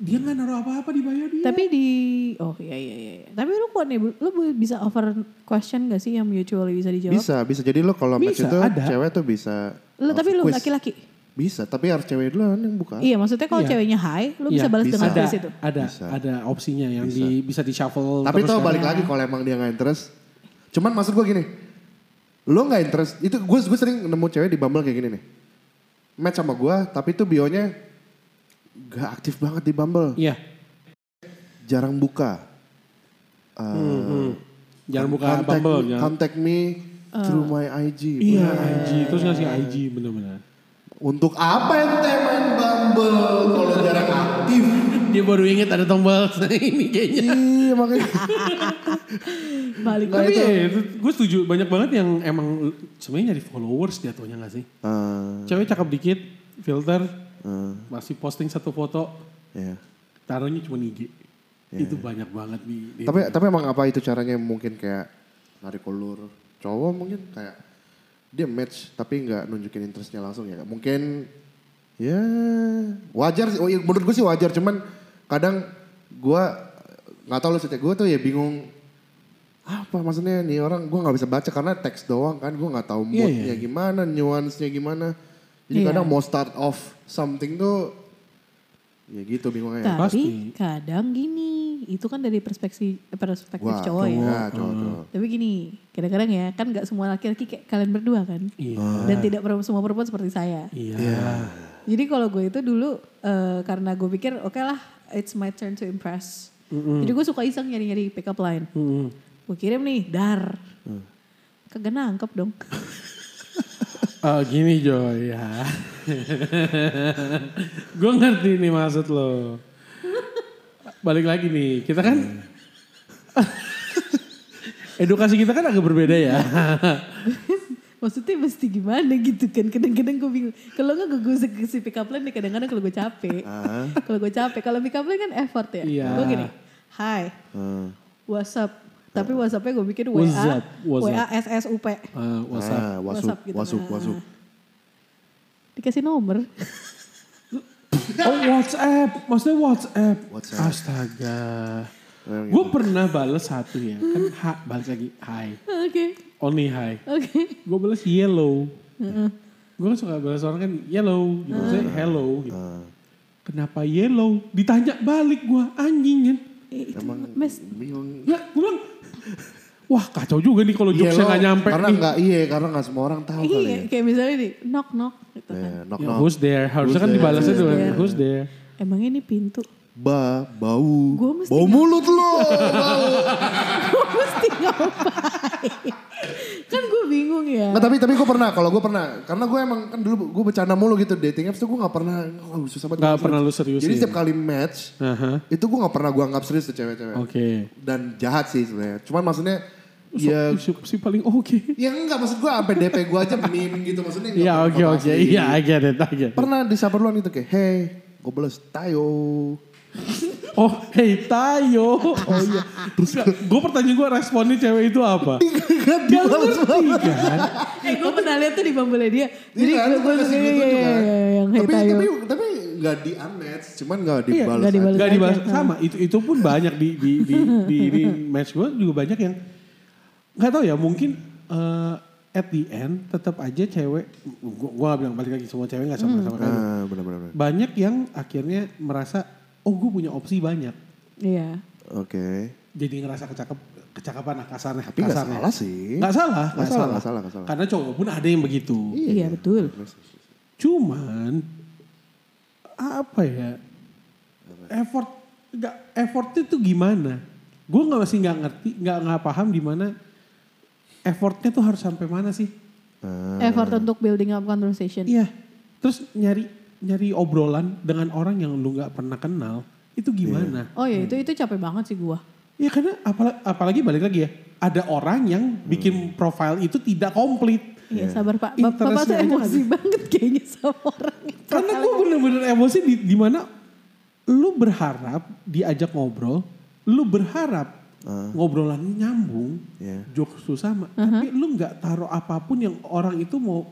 Speaker 2: Dia nggak naruh apa-apa di bio dia.
Speaker 3: Tapi di oh iya iya iya. iya. Tapi lu kuat nih, Bu. lu bu- bisa over question gak sih yang mutually bisa dijawab?
Speaker 1: Bisa, bisa. Jadi lo kalau match
Speaker 2: Bisa,
Speaker 1: itu
Speaker 2: ada.
Speaker 1: cewek tuh bisa
Speaker 3: Lu tapi lu
Speaker 1: quiz.
Speaker 3: laki-laki.
Speaker 1: Bisa, tapi harus cewek dulu yang buka.
Speaker 3: Iya, maksudnya kalau
Speaker 2: Iya.
Speaker 3: ceweknya high, lu
Speaker 2: Iya,
Speaker 3: bisa balas
Speaker 1: bisa.
Speaker 3: dengan
Speaker 2: ada,
Speaker 3: quiz itu.
Speaker 2: ada,
Speaker 1: Bisa.
Speaker 2: ada opsinya yang di bisa di shuffle.
Speaker 1: Tapi
Speaker 2: terus
Speaker 1: tuh
Speaker 2: kan.
Speaker 1: balik lagi kalau emang dia nggak interest. Cuman maksud gue gini, lo nggak interest. Itu gue gue sering nemu cewek di Bumble kayak gini nih. Match sama gue, tapi tuh bionya gak aktif banget di Bumble.
Speaker 2: Iya.
Speaker 1: Jarang buka. Eh,
Speaker 2: Jangan buka
Speaker 1: contact,
Speaker 2: Bumble, ya.
Speaker 1: me-
Speaker 2: jangan.
Speaker 1: contact me through my IG.
Speaker 2: Eh. Iya, IG terus ngasih IG benar-benar.
Speaker 1: Untuk apa ente main Bumble kalau jarang aktif?
Speaker 2: Dia baru inget ada tombol ini kayaknya.
Speaker 1: Iya makanya.
Speaker 3: Balik
Speaker 1: Nah,
Speaker 2: Tapi ya, gue setuju banyak banget yang emang sebenarnya nyari followers jatuhnya nggak sih?
Speaker 1: Eh,
Speaker 2: Cewek cakep dikit, filter,
Speaker 1: eh,
Speaker 2: masih posting satu foto,
Speaker 1: iya.
Speaker 2: taruhnya cuma IG. Itu banyak banget nih. di-
Speaker 3: Iya.
Speaker 1: Tapi tapi emang apa itu caranya mungkin kayak narik ulur cowok mungkin kayak dia match tapi nggak nunjukin interestnya langsung ya. Mungkin ya wajar sih. Oh, iya, menurut gue sih wajar cuman kadang gue nggak tahu lu sih gue tuh ya bingung apa maksudnya nih orang gue nggak bisa baca karena teks doang kan gue nggak tahu
Speaker 2: Iya,
Speaker 1: moodnya gimana nuansnya gimana jadi
Speaker 3: Iya.
Speaker 1: kadang mau start off something tuh ya gitu bingungnya
Speaker 3: Tapi
Speaker 2: Pasti.
Speaker 3: kadang gini, itu kan dari perspektif perspektif
Speaker 1: Wah,
Speaker 3: cowok ya.
Speaker 1: Nah, cowok, cowok.
Speaker 3: Tapi gini, kadang-kadang ya kan nggak semua laki-laki kayak kalian berdua kan,
Speaker 2: Iya.
Speaker 1: Oh,
Speaker 3: dan tidak per- semua perempuan seperti saya.
Speaker 2: Iya.
Speaker 3: Jadi kalau gue itu dulu eh, karena gue pikir oke lah, it's my turn to impress. Jadi gue suka iseng nyari-nyari pick up line.
Speaker 2: Mm-mm. Mm.
Speaker 3: Gue kirim nih, dar. Kagak nangkep dong.
Speaker 2: Oh gini Joy ya. gue ngerti nih maksud lo. Balik lagi nih, kita kan
Speaker 1: Iya.
Speaker 2: edukasi kita kan agak berbeda ya.
Speaker 3: Maksudnya mesti gimana gitu kan. Kadang-kadang gue bingung. Kalau nggak gue gue kasih pick up line nih kadang-kadang kalau gue capek.
Speaker 1: Nah,
Speaker 3: kalau gue capek. Kalau pick up line kan effort ya.
Speaker 2: Ah. Iya.
Speaker 3: Gue gini, hi,
Speaker 1: Hmm.
Speaker 3: what's up? Tapi WhatsApp-nya gue bikin
Speaker 2: Ah.
Speaker 3: WA,
Speaker 2: What's up? What's
Speaker 3: WA SSUP.
Speaker 2: Eh, what's up?
Speaker 1: Ah, wasup,
Speaker 3: WhatsApp gitu.
Speaker 1: wasup, wasup.
Speaker 3: Dikasih nomor.
Speaker 2: Oh WhatsApp, maksudnya WhatsApp.
Speaker 1: Ah. WhatsApp.
Speaker 2: Astaga.
Speaker 1: Ah, gitu.
Speaker 2: Gue pernah bales satu ya, kan ha, bales lagi hi,
Speaker 3: Oke,
Speaker 2: only hi.
Speaker 3: oke.
Speaker 2: Gue balas yellow. Gue kan suka balas orang kan yellow, gitu. Maksudnya hello gitu.
Speaker 1: Ah,
Speaker 2: Kenapa yellow? Ditanya balik gue, anjing kan.
Speaker 3: Eh, Itu mes-
Speaker 1: Bingung.
Speaker 2: Ya, gue bilang, wah kacau juga nih kalau jokesnya
Speaker 1: Yellow,
Speaker 2: gak nyampe
Speaker 1: Karena
Speaker 2: nih.
Speaker 1: nggak iya, karena nggak semua orang tahu kali ya.
Speaker 3: Iya, kayak misalnya nih, knock knock gitu kan.
Speaker 1: Eh, knock
Speaker 2: Ya,
Speaker 1: knock.
Speaker 2: who's there? Harusnya kan
Speaker 1: there?
Speaker 2: dibalasnya
Speaker 3: Who's
Speaker 2: tuh.
Speaker 3: there?
Speaker 2: Who's there?
Speaker 3: Emang ini pintu.
Speaker 1: Ba, bau.
Speaker 3: Gua mesti
Speaker 1: Bau
Speaker 3: nggak-
Speaker 1: mulut lo. bau.
Speaker 3: Gua mesti ngapain? kan gue bingung ya.
Speaker 1: Nggak, tapi tapi gue pernah, kalau gue pernah, karena gue emang kan dulu gue bercanda mulu gitu dating apps tuh gue nggak pernah, oh, susah banget.
Speaker 2: Nggak pernah lu seriusin.
Speaker 1: Jadi setiap kali match,
Speaker 2: Aha.
Speaker 1: itu gue nggak pernah gue anggap serius tuh cewek-cewek.
Speaker 2: Oke.
Speaker 1: Dan jahat sih sebenarnya. Cuman maksudnya, ya,
Speaker 2: Si, si paling oke.
Speaker 1: ya enggak maksud gue sampai DP gue aja meme gitu maksudnya. nggak
Speaker 2: Iya
Speaker 1: pernah
Speaker 2: oke
Speaker 1: foto
Speaker 2: oke.
Speaker 1: asli.
Speaker 2: Iya I get it, I get it.
Speaker 1: Pernah di duluan gitu kayak, hey, gue beles tayo.
Speaker 2: Oh, hey Tayo. Oh iya. Terus gue pertanyaan gue responnya cewek itu apa?
Speaker 1: Gak
Speaker 2: Gak ngerti kan?
Speaker 3: eh gue pernah lihat tuh di Bumble dia. Jadi
Speaker 1: Iya, kan,
Speaker 3: gue
Speaker 1: gua kasih gitu juga.
Speaker 3: iya, yang
Speaker 1: tapi,
Speaker 3: Hitayo.
Speaker 1: tapi, tapi gak di unmatch, cuman gak
Speaker 3: Iya,
Speaker 1: dibalas.
Speaker 3: nggak dibalas.
Speaker 1: aja.
Speaker 2: Gak
Speaker 3: aja.
Speaker 2: dibahas sama. Itu itu pun banyak di di di di, di match gue juga banyak yang nggak tahu ya mungkin eh, at the end tetap aja cewek gue gak bilang balik lagi semua cewek nggak sama sama kan.
Speaker 1: Ah, benar-benar. Oke.
Speaker 2: Banyak yang akhirnya merasa oh gue punya opsi banyak.
Speaker 3: Iya.
Speaker 2: Jadi ngerasa kecakep kesakapan kasarnya.
Speaker 1: Tapi nggak salah sih.
Speaker 2: Nggak salah, nggak
Speaker 1: Nggak salah,
Speaker 2: salah.
Speaker 1: nggak salah, nggak salah.
Speaker 2: Karena cowok pun ada yang begitu.
Speaker 1: Iya.
Speaker 3: Iya betul.
Speaker 2: Cuman apa ya? Effort nggak effortnya tuh gimana? Gue nggak masih nggak ngerti, nggak nggak paham di mana effortnya tuh harus sampai mana sih?
Speaker 1: Ah,
Speaker 3: Effort untuk building up conversation.
Speaker 2: Iya. Terus nyari nyari obrolan dengan orang yang lu nggak pernah kenal itu gimana?
Speaker 3: Oh ya itu
Speaker 1: Hmm.
Speaker 3: itu capek banget sih gue.
Speaker 2: Ya karena apalagi, apalagi balik lagi ya ada orang yang bikin profile itu tidak komplit.
Speaker 3: Iya sabar pak. Bap- Bapak
Speaker 2: Interestnya
Speaker 3: tuh
Speaker 2: aja
Speaker 3: emosi banget kayaknya sama orang. itu.
Speaker 2: Karena gue bener-bener emosi di, di mana lu berharap diajak ngobrol, lu berharap ngobrolannya nyambung,
Speaker 1: Iya.
Speaker 2: jokes lu sama, tapi lu nggak taruh apapun yang orang itu mau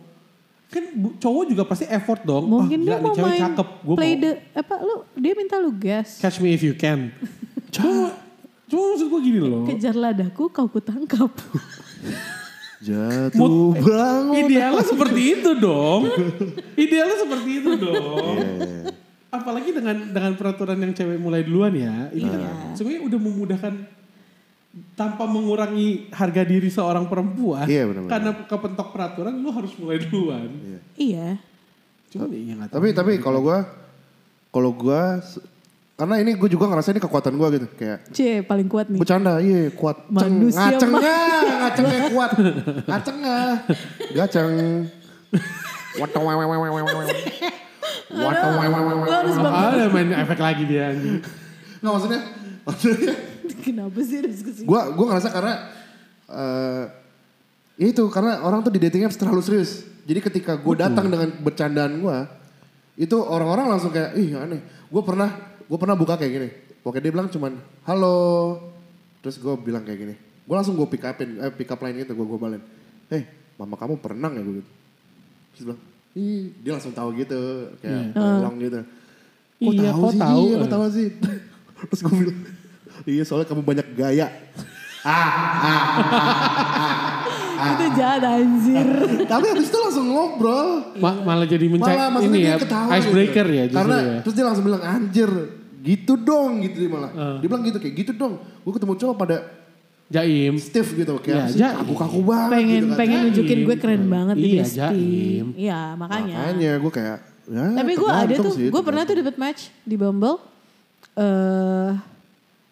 Speaker 2: kan bu- cowok juga pasti effort dong. Wah,
Speaker 3: Mungkin
Speaker 2: gila Oh, ah,
Speaker 3: dia
Speaker 2: nih
Speaker 3: mau
Speaker 2: cewek
Speaker 3: main
Speaker 2: cakep, gue
Speaker 3: play
Speaker 2: mau
Speaker 3: the apa lu dia minta lu gas.
Speaker 2: catch me if you can. cuma, cuma maksud gue gini loh.
Speaker 3: Kejar ladaku kau kutangkap.
Speaker 1: Jatuh bangun.
Speaker 2: Idealnya seperti itu dong. Idealnya seperti itu dong.
Speaker 1: Iya.
Speaker 2: Apalagi dengan dengan peraturan yang cewek mulai duluan ya, itu
Speaker 1: Iya.
Speaker 2: kan sebenarnya udah memudahkan tanpa mengurangi harga diri seorang perempuan.
Speaker 1: Iya, benar-benar.
Speaker 2: Karena kepentok peraturan lu harus mulai duluan.
Speaker 3: iya.
Speaker 2: Cuma ya nggak tahu.
Speaker 1: Tapi tapi kalau gua kalau gua se- karena ini gue juga ngerasa ini kekuatan gua gitu kayak
Speaker 3: C paling kuat nih.
Speaker 1: bercanda iya kuat ceng
Speaker 3: Manusia
Speaker 1: ngacengnya ngacengnya kuat ngacengnya gaceng Watong, wew, wew, wew, wew, wew. Watong, wew, wew, wew,
Speaker 3: Lu harus
Speaker 1: wew.
Speaker 3: bangun.
Speaker 2: Ada main efek lagi dia anjing.
Speaker 1: nggak maksudnya maksudnya
Speaker 3: Kenapa sih harus kesini?
Speaker 1: gue gue ngerasa karena eh ya itu karena orang tuh di dating apps terlalu serius jadi ketika gue datang dengan bercandaan gue itu orang-orang langsung kayak ih aneh gue pernah gue pernah buka kayak gini pokoknya dia bilang cuman halo terus gue bilang kayak gini gue langsung gue pick upin eh, pick up line gitu gue gue balin eh mama kamu pernah ya gue gitu terus dia bilang ih dia langsung tahu gitu kayak long gitu Kok
Speaker 2: Ah. Iya,
Speaker 1: tahu
Speaker 2: kok
Speaker 1: sih?
Speaker 2: tahu?
Speaker 1: Iya, kok
Speaker 2: Eh.
Speaker 1: tahu sih? Terus gue bilang, iya soalnya kamu banyak gaya. Ah.
Speaker 3: Itu jahat anjir.
Speaker 1: Tapi habis itu langsung ngobrol.
Speaker 2: Ma- malah jadi mencari
Speaker 1: Iya. Malah maksudnya
Speaker 2: ini
Speaker 1: dia
Speaker 2: ya
Speaker 1: ketawa
Speaker 2: icebreaker
Speaker 1: gitu.
Speaker 2: ya justru
Speaker 1: Karena
Speaker 2: ya.
Speaker 1: terus dia langsung bilang, anjir gitu dong gitu dia malah.
Speaker 2: Ah.
Speaker 1: Dia bilang gitu kayak gitu dong. Gue ketemu cowok pada
Speaker 2: Jaim.
Speaker 1: stiff gitu.
Speaker 2: Iya,
Speaker 1: Kayak
Speaker 2: jaim.
Speaker 1: kaku-kaku banget
Speaker 3: pengen
Speaker 1: gitu kan.
Speaker 3: pengen
Speaker 2: Jaim.
Speaker 3: nunjukin gue keren banget di
Speaker 2: Iya,
Speaker 3: Besti.
Speaker 2: jaim.
Speaker 3: Iya makanya.
Speaker 1: Makanya gue kayak, ya,
Speaker 3: Tapi gue ada
Speaker 1: tergantung
Speaker 3: tuh,
Speaker 1: sih,
Speaker 3: gue pernah tuh dapet match di Bumble. eh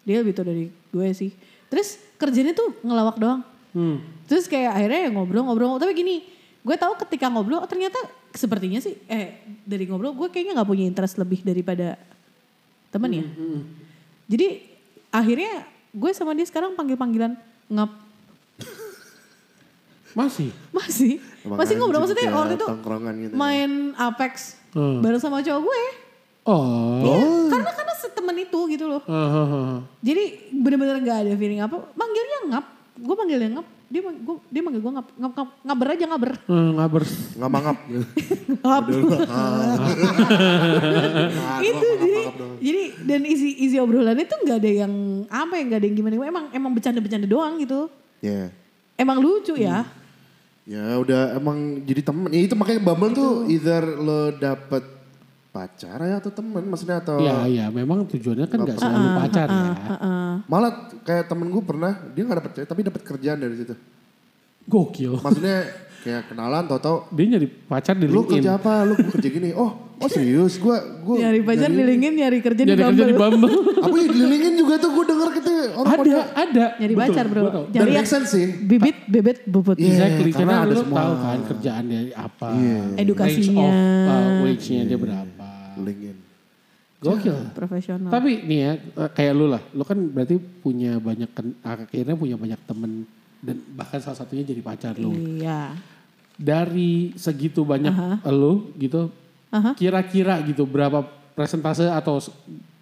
Speaker 3: dia lebih tua dari gue sih. Terus kerjanya tuh ngelawak doang.
Speaker 2: Hmm.
Speaker 3: Terus kayak akhirnya ya ngobrol-ngobrol. Tapi gini, gue tahu ketika ngobrol oh, ternyata sepertinya sih eh dari ngobrol gue kayaknya nggak punya interest lebih daripada temen ya. Jadi akhirnya gue sama dia sekarang panggil-panggilan ngap
Speaker 2: Masih.
Speaker 3: masih
Speaker 1: Emang
Speaker 3: masih ngobrol
Speaker 1: anjing,
Speaker 3: maksudnya
Speaker 1: kayak
Speaker 3: waktu itu
Speaker 1: tongkrongan gitu.
Speaker 3: main Apex
Speaker 2: Hmm.
Speaker 3: bareng sama cowok gue.
Speaker 2: Oh. Ah,
Speaker 3: Iya, karena karena setemen itu gitu loh.
Speaker 2: Hahaha.
Speaker 3: Jadi bener-bener gak ada feeling apa. Manggilnya ngap. Gue manggil dia ngap. Dia, mang- gua- dia manggil gue ngap, ngap, ngap. Ngaber aja ngaber.
Speaker 2: Eh, Ngabar.
Speaker 1: Nggak mangap.
Speaker 3: Ngap. itu jadi, jadi dan isi isi obrolannya tuh gak ada yang apa ya. Gak ada yang gimana. Emang emang bercanda-bercanda doang gitu.
Speaker 1: Ya.
Speaker 3: Emang lucu ya.
Speaker 1: Ya udah emang jadi temen. Ya, itu makanya Bumble tuh
Speaker 3: Gitu.
Speaker 1: either lo dapet pacar ya atau temen maksudnya atau
Speaker 2: Iya, iya. Memang tujuannya kan gak
Speaker 1: Ah,
Speaker 2: selalu pacar ya.
Speaker 1: malah kayak temen gue pernah dia nggak dapet cewek tapi dapet kerjaan dari situ.
Speaker 2: Gokil.
Speaker 1: Maksudnya kayak kenalan tau-tau
Speaker 2: Dia nyari pacar di
Speaker 1: lu
Speaker 2: LinkedIn.
Speaker 1: kerja apa? Lu gua kerja gini. Oh, oh serius gua gua
Speaker 3: Nyari pacar di LinkedIn, nyari kerja
Speaker 2: Jadi
Speaker 3: di
Speaker 2: kerja di
Speaker 3: Bumble.
Speaker 2: Bumble.
Speaker 1: Apa ya dililingin juga tuh gue denger gitu orang
Speaker 2: ada,
Speaker 1: pada-
Speaker 2: ada.
Speaker 3: Nyari
Speaker 2: Betul,
Speaker 3: pacar bro.
Speaker 2: gua tahu.
Speaker 1: Dan
Speaker 3: Nyari ya? yang
Speaker 1: make sense sih.
Speaker 3: bibit, bebet, bobot.
Speaker 1: Iya,
Speaker 2: Exactly,
Speaker 1: karena
Speaker 2: karena,
Speaker 1: ada
Speaker 2: lu
Speaker 1: semua. Iya.
Speaker 2: tahu kan kerjaannya apa.
Speaker 3: Edukasinya.
Speaker 2: Range of uh, wage-nya dia berapa.
Speaker 1: LinkedIn.
Speaker 2: Gokil.
Speaker 1: Iya.
Speaker 3: Profesional.
Speaker 2: Tapi nih ya, eh, kayak lu lah. Lu kan berarti punya banyak, ken- akhirnya punya banyak temen. Dan bahkan salah satunya jadi pacar lu.
Speaker 3: Iya.
Speaker 2: Dari segitu banyak lu gitu,
Speaker 3: Aha.
Speaker 2: kira-kira gitu berapa presentase atau s-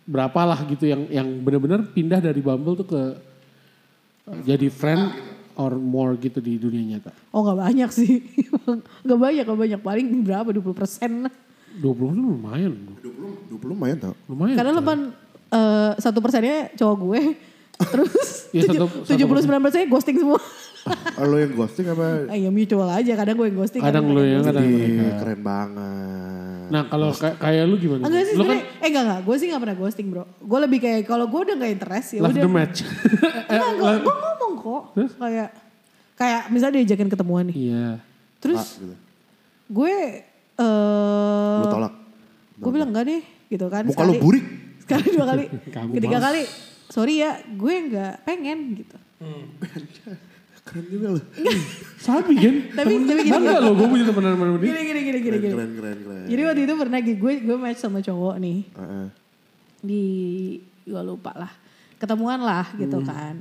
Speaker 2: berapa lah gitu yang yang benar-benar pindah dari Bumble tuh ke eh, jadi friend or more gitu di dunia nyata.
Speaker 3: Oh nggak banyak sih, nggak banyak, nggak banyak paling berapa 20 persen lah.
Speaker 2: 20 tuh lumayan.
Speaker 1: 20
Speaker 2: bro.
Speaker 1: 20 lumayan tau.
Speaker 2: Lumayan.
Speaker 3: Karena delapan eh, satu persennya cowok gue, terus
Speaker 2: Iya, satu- satu
Speaker 3: tujuh puluh sembilan persennya ghosting semua.
Speaker 1: Lo yang ghosting apa?
Speaker 3: Ah, ya mutual aja, kadang gue yang ghosting.
Speaker 2: Kadang lo
Speaker 3: kadang
Speaker 2: yang kadang
Speaker 1: Ih,
Speaker 2: mereka.
Speaker 1: keren banget.
Speaker 2: Nah kalau kayak kayak lu gimana?
Speaker 3: Enggak sih
Speaker 2: lu kan
Speaker 3: sebenernya, eh enggak enggak, gue sih enggak pernah ghosting bro. Gue lebih kayak, kalau gue udah gak interest ya
Speaker 2: love
Speaker 3: udah.
Speaker 2: the match.
Speaker 3: Enggak, enggak, gue ngomong kok. Kayak, kayak misalnya diajakin ketemuan nih.
Speaker 2: Iya.
Speaker 1: Ah,
Speaker 3: Terus
Speaker 1: gitu.
Speaker 3: gue, eh
Speaker 1: Lo tolak.
Speaker 3: gue bilang enggak deh gitu kan.
Speaker 1: Muka lo
Speaker 3: Sekali-
Speaker 1: burik.
Speaker 3: Sekali dua kali,
Speaker 2: Kamu
Speaker 3: ketiga kali. Sorry ya, gue enggak pengen gitu.
Speaker 1: Keren juga lo.
Speaker 2: Sabi kan?
Speaker 3: Tapi, tapi gini, ya.
Speaker 2: Bangga loh gue punya teman-teman ini.
Speaker 3: gini, gini, gini, gini,
Speaker 1: Keren,
Speaker 3: gini.
Speaker 1: keren, keren. keren.
Speaker 3: Jadi waktu itu pernah gitu, gue, gue match sama cowok nih.
Speaker 1: Heeh.
Speaker 3: di gue lupa lah ketemuan lah gitu kan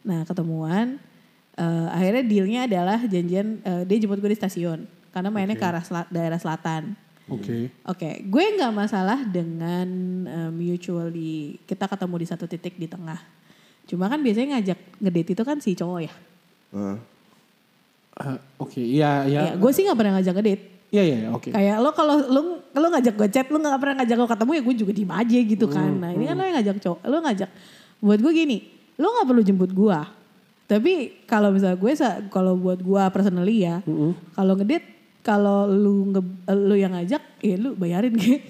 Speaker 3: nah ketemuan eh, akhirnya dealnya adalah janjian eh, dia jemput gue di stasiun karena mainnya ke arah sela- daerah selatan
Speaker 2: Oke.
Speaker 3: oke gue nggak masalah dengan eh, mutually kita ketemu di satu titik di tengah cuma kan biasanya ngajak ngedate itu kan si cowok ya
Speaker 1: Heeh.
Speaker 2: Ah, Oke, iya, iya.
Speaker 3: ya gue sih nggak pernah ngajak ngedate
Speaker 2: Iya, iya, iya, oke.
Speaker 3: Kayak lo kalau lo lo ngajak gue chat, lo nggak pernah ngajak gue ketemu ya gue juga diem aja gitu kan. Nah ini kan lo yang ngajak cowok, lo ngajak buat gue gini, lo nggak perlu jemput gue. Tapi kalau misalnya gue sa- kalau buat gue personally ya, kalau ngedit kalau lu nge, eh, lu yang ngajak ya lu bayarin gitu.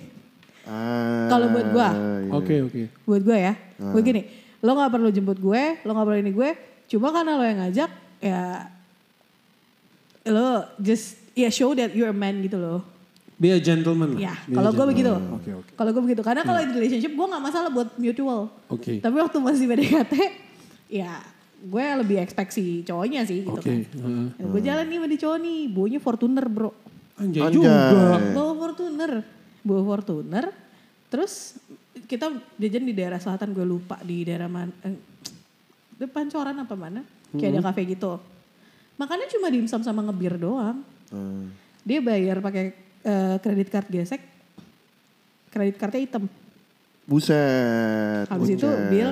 Speaker 1: Ah,
Speaker 3: Kalau buat gua.
Speaker 1: iya.
Speaker 2: Oke, oke.
Speaker 3: buat gue ya. Gue gini, lo nggak perlu jemput gue, lo nggak perlu ini gue. Cuma karena lo yang ngajak ya lo just ya show that you're a man gitu loh.
Speaker 2: Dia gentleman. lah.
Speaker 3: Ya,
Speaker 2: Be a
Speaker 3: kalau gue
Speaker 2: gentleman.
Speaker 3: begitu.
Speaker 2: Iya, Oke, oke. Iya.
Speaker 3: Kalau gue begitu, karena kalau di relationship gue nggak masalah buat mutual.
Speaker 2: Oke.
Speaker 3: Tapi waktu masih PDKT, ya gue lebih expect si cowoknya sih gitu
Speaker 2: Oke. Hmm.
Speaker 3: kan.
Speaker 2: heeh.
Speaker 3: Ya, gue jalan nih sama di cowok nih, baunya Fortuner bro.
Speaker 2: Anjay
Speaker 1: Anjay.
Speaker 2: juga.
Speaker 3: Bawa Fortuner, bawa Fortuner. Terus kita jajan di daerah selatan gue lupa di daerah mana. Eh, depan coran apa mana.
Speaker 2: Hmm.
Speaker 3: Kayak ada kafe gitu. Makannya cuma dimsum sama ngebir doang.
Speaker 1: Heeh.
Speaker 3: Dia bayar pakai eh, kredit card gesek. Kredit cardnya hitam.
Speaker 1: Buset.
Speaker 3: Habis itu
Speaker 1: buset.
Speaker 3: bill.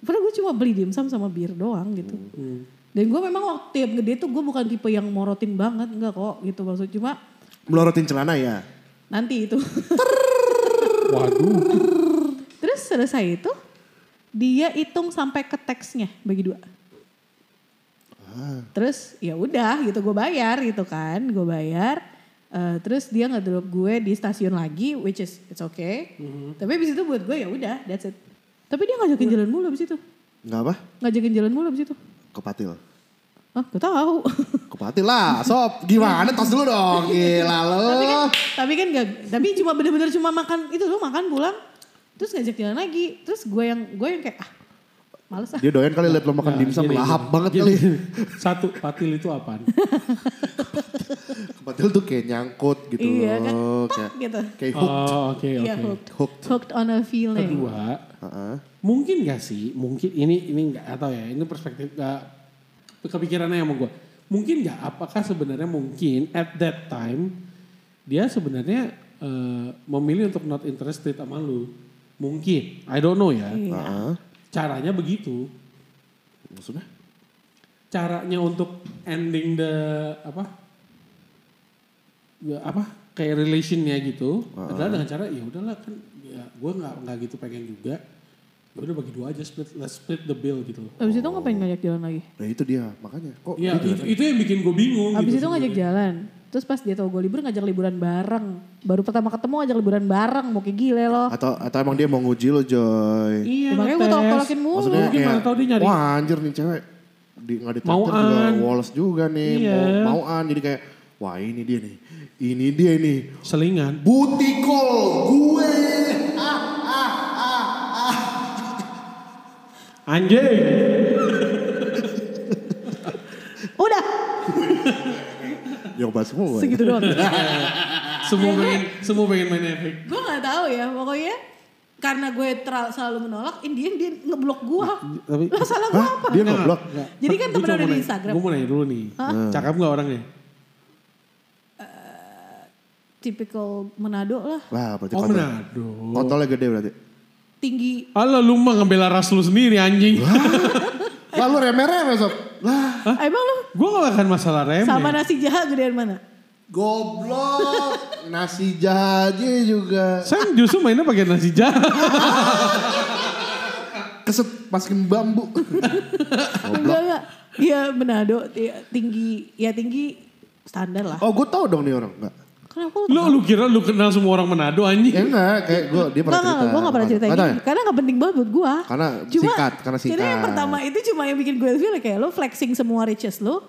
Speaker 3: Padahal gue cuma beli dimsum sama bir doang gitu. Dan gue memang waktu tiap gede tuh gue bukan tipe yang morotin banget. Enggak kok gitu maksud. Cuma
Speaker 1: Melorotin celana ya?
Speaker 3: nanti itu.
Speaker 2: Waduh.
Speaker 3: Terus selesai itu. Dia hitung sampai ke teksnya bagi dua. Terus ya udah gitu gue bayar gitu kan. Gue bayar. Eh, terus dia ngedrop gue di stasiun lagi which is it's okay. Tapi abis itu buat gue ya udah that's it. Tapi dia ngajakin jalan mulu abis itu.
Speaker 1: Enggak apa?
Speaker 3: Ngajakin jalan mulu abis itu.
Speaker 1: Kepatil.
Speaker 3: Ah, gue tahu.
Speaker 1: Kepatil lah, sob. Gimana? Tos dulu dong. Gila lo.
Speaker 3: tapi kan, tapi kan gak, tapi cuma bener-bener cuma makan itu lu makan pulang, terus ngajak jalan lagi, terus gue yang gue yang kayak ah males ah.
Speaker 1: Dia doyan kali liat lo makan dimsum Ya, lahap banget kali.
Speaker 2: Satu, patil itu apaan?
Speaker 1: Kepatil tuh kayak nyangkut gitu
Speaker 3: iya kan,
Speaker 1: loh.
Speaker 3: tok,
Speaker 1: Kayak,
Speaker 3: gitu.
Speaker 1: kayak Eh, hook.
Speaker 2: Oh, oke,
Speaker 3: Iya
Speaker 2: oke.
Speaker 3: hooked.
Speaker 1: Hooked.
Speaker 3: hooked on a feeling.
Speaker 2: Kedua,
Speaker 1: Heeh.
Speaker 2: Mungkin gak sih? Mungkin ini ini nggak atau ya ini perspektif gak kepikirannya yang mau gue. Mungkin nggak? Apakah sebenarnya mungkin at that time dia sebenarnya eh, memilih untuk not interested sama lu? Mungkin. I don't know ya.
Speaker 3: Iya.
Speaker 1: Heeh.
Speaker 2: Caranya begitu.
Speaker 1: Maksudnya?
Speaker 2: Caranya untuk ending the apa? the apa? Kayak relationnya gitu. Adalah dengan cara ya udahlah kan ya, gue nggak nggak gitu pengen juga. Ya udah bagi dua aja split let's split the bill gitu loh.
Speaker 3: Abis itu ngapain ngajak jalan lagi?
Speaker 1: Nah itu dia, makanya. Kok gitu
Speaker 2: Ya
Speaker 1: dia
Speaker 2: itu, itu yang bikin gue bingung.
Speaker 3: Abis
Speaker 2: gitu
Speaker 3: itu ngajak jalan, terus pas dia tau gue libur ngajak liburan bareng. Baru pertama ketemu ngajak liburan bareng, mau kayak gile loh.
Speaker 1: Atau atau emang dia mau nguji lo Joy?
Speaker 2: Iya,
Speaker 3: Ya, makanya gue
Speaker 2: ngetes.
Speaker 3: tolak-tolakin mulu.
Speaker 1: Maksudnya
Speaker 2: gimana
Speaker 1: kayak,
Speaker 2: tahu dia nyari-
Speaker 1: wah anjir nih cewek. Di, nggak ditraktir
Speaker 2: Mauan.
Speaker 1: juga Wallace juga nih.
Speaker 2: Iya.
Speaker 1: Mau, mauan, jadi kayak, wah ini dia nih. Ini dia nih.
Speaker 2: Selingan.
Speaker 1: Butikol gue.
Speaker 2: Anjing.
Speaker 3: Udah,
Speaker 1: Nyoba
Speaker 2: Iya.
Speaker 1: semua.
Speaker 3: segitu doang. Iya,
Speaker 2: semua pengen, semua pengen main efek.
Speaker 3: gue nggak tahu ya pokoknya karena gue terlalu selalu menolak Indian dia ngeblok gue
Speaker 2: tapi-
Speaker 3: lah salah gue
Speaker 1: Hah?
Speaker 3: apa
Speaker 1: Dia ngeblok?
Speaker 3: Jadi kan temen ada di Instagram.
Speaker 2: Gue mau nanya dulu nih. Cakep gak orangnya?
Speaker 3: typical Manado lah
Speaker 1: Wah berarti
Speaker 2: Oh
Speaker 1: kontol.
Speaker 2: Manado.
Speaker 1: Oh, Kontolnya gede berarti.
Speaker 3: tinggi
Speaker 2: Alah lu mah ngebela ras lu sendiri anjing.
Speaker 1: Lalu reme-reme sob. Lah
Speaker 3: Eh, emang lu
Speaker 2: gue gak akan masalah remnya.
Speaker 3: sama nasi jahat gedean mana
Speaker 1: goblok. Nasi jahatnya juga.
Speaker 2: Saya justru mainnya pakai nasi jahat.
Speaker 1: Keset masukin bambu.
Speaker 3: enggak enggak ya Manado ya, tinggi ya tinggi standar lah
Speaker 1: Oh gue tau dong nih orang. Enggak.
Speaker 3: kenapa lu
Speaker 2: lu lu kira lu kenal semua orang Manado
Speaker 1: Ya
Speaker 2: anjing.
Speaker 1: enggak. Kayak gue dia pernah
Speaker 3: Enggak, enggak,
Speaker 1: cerita.
Speaker 3: gue gak pernah cerita
Speaker 1: Nggak tahu
Speaker 3: ini.
Speaker 1: ya?
Speaker 3: Karena gak penting banget buat gue.
Speaker 1: Karena sikat, karena sikat.
Speaker 3: yang pertama itu cuma yang bikin gue feel kayak lo flexing semua riches lo.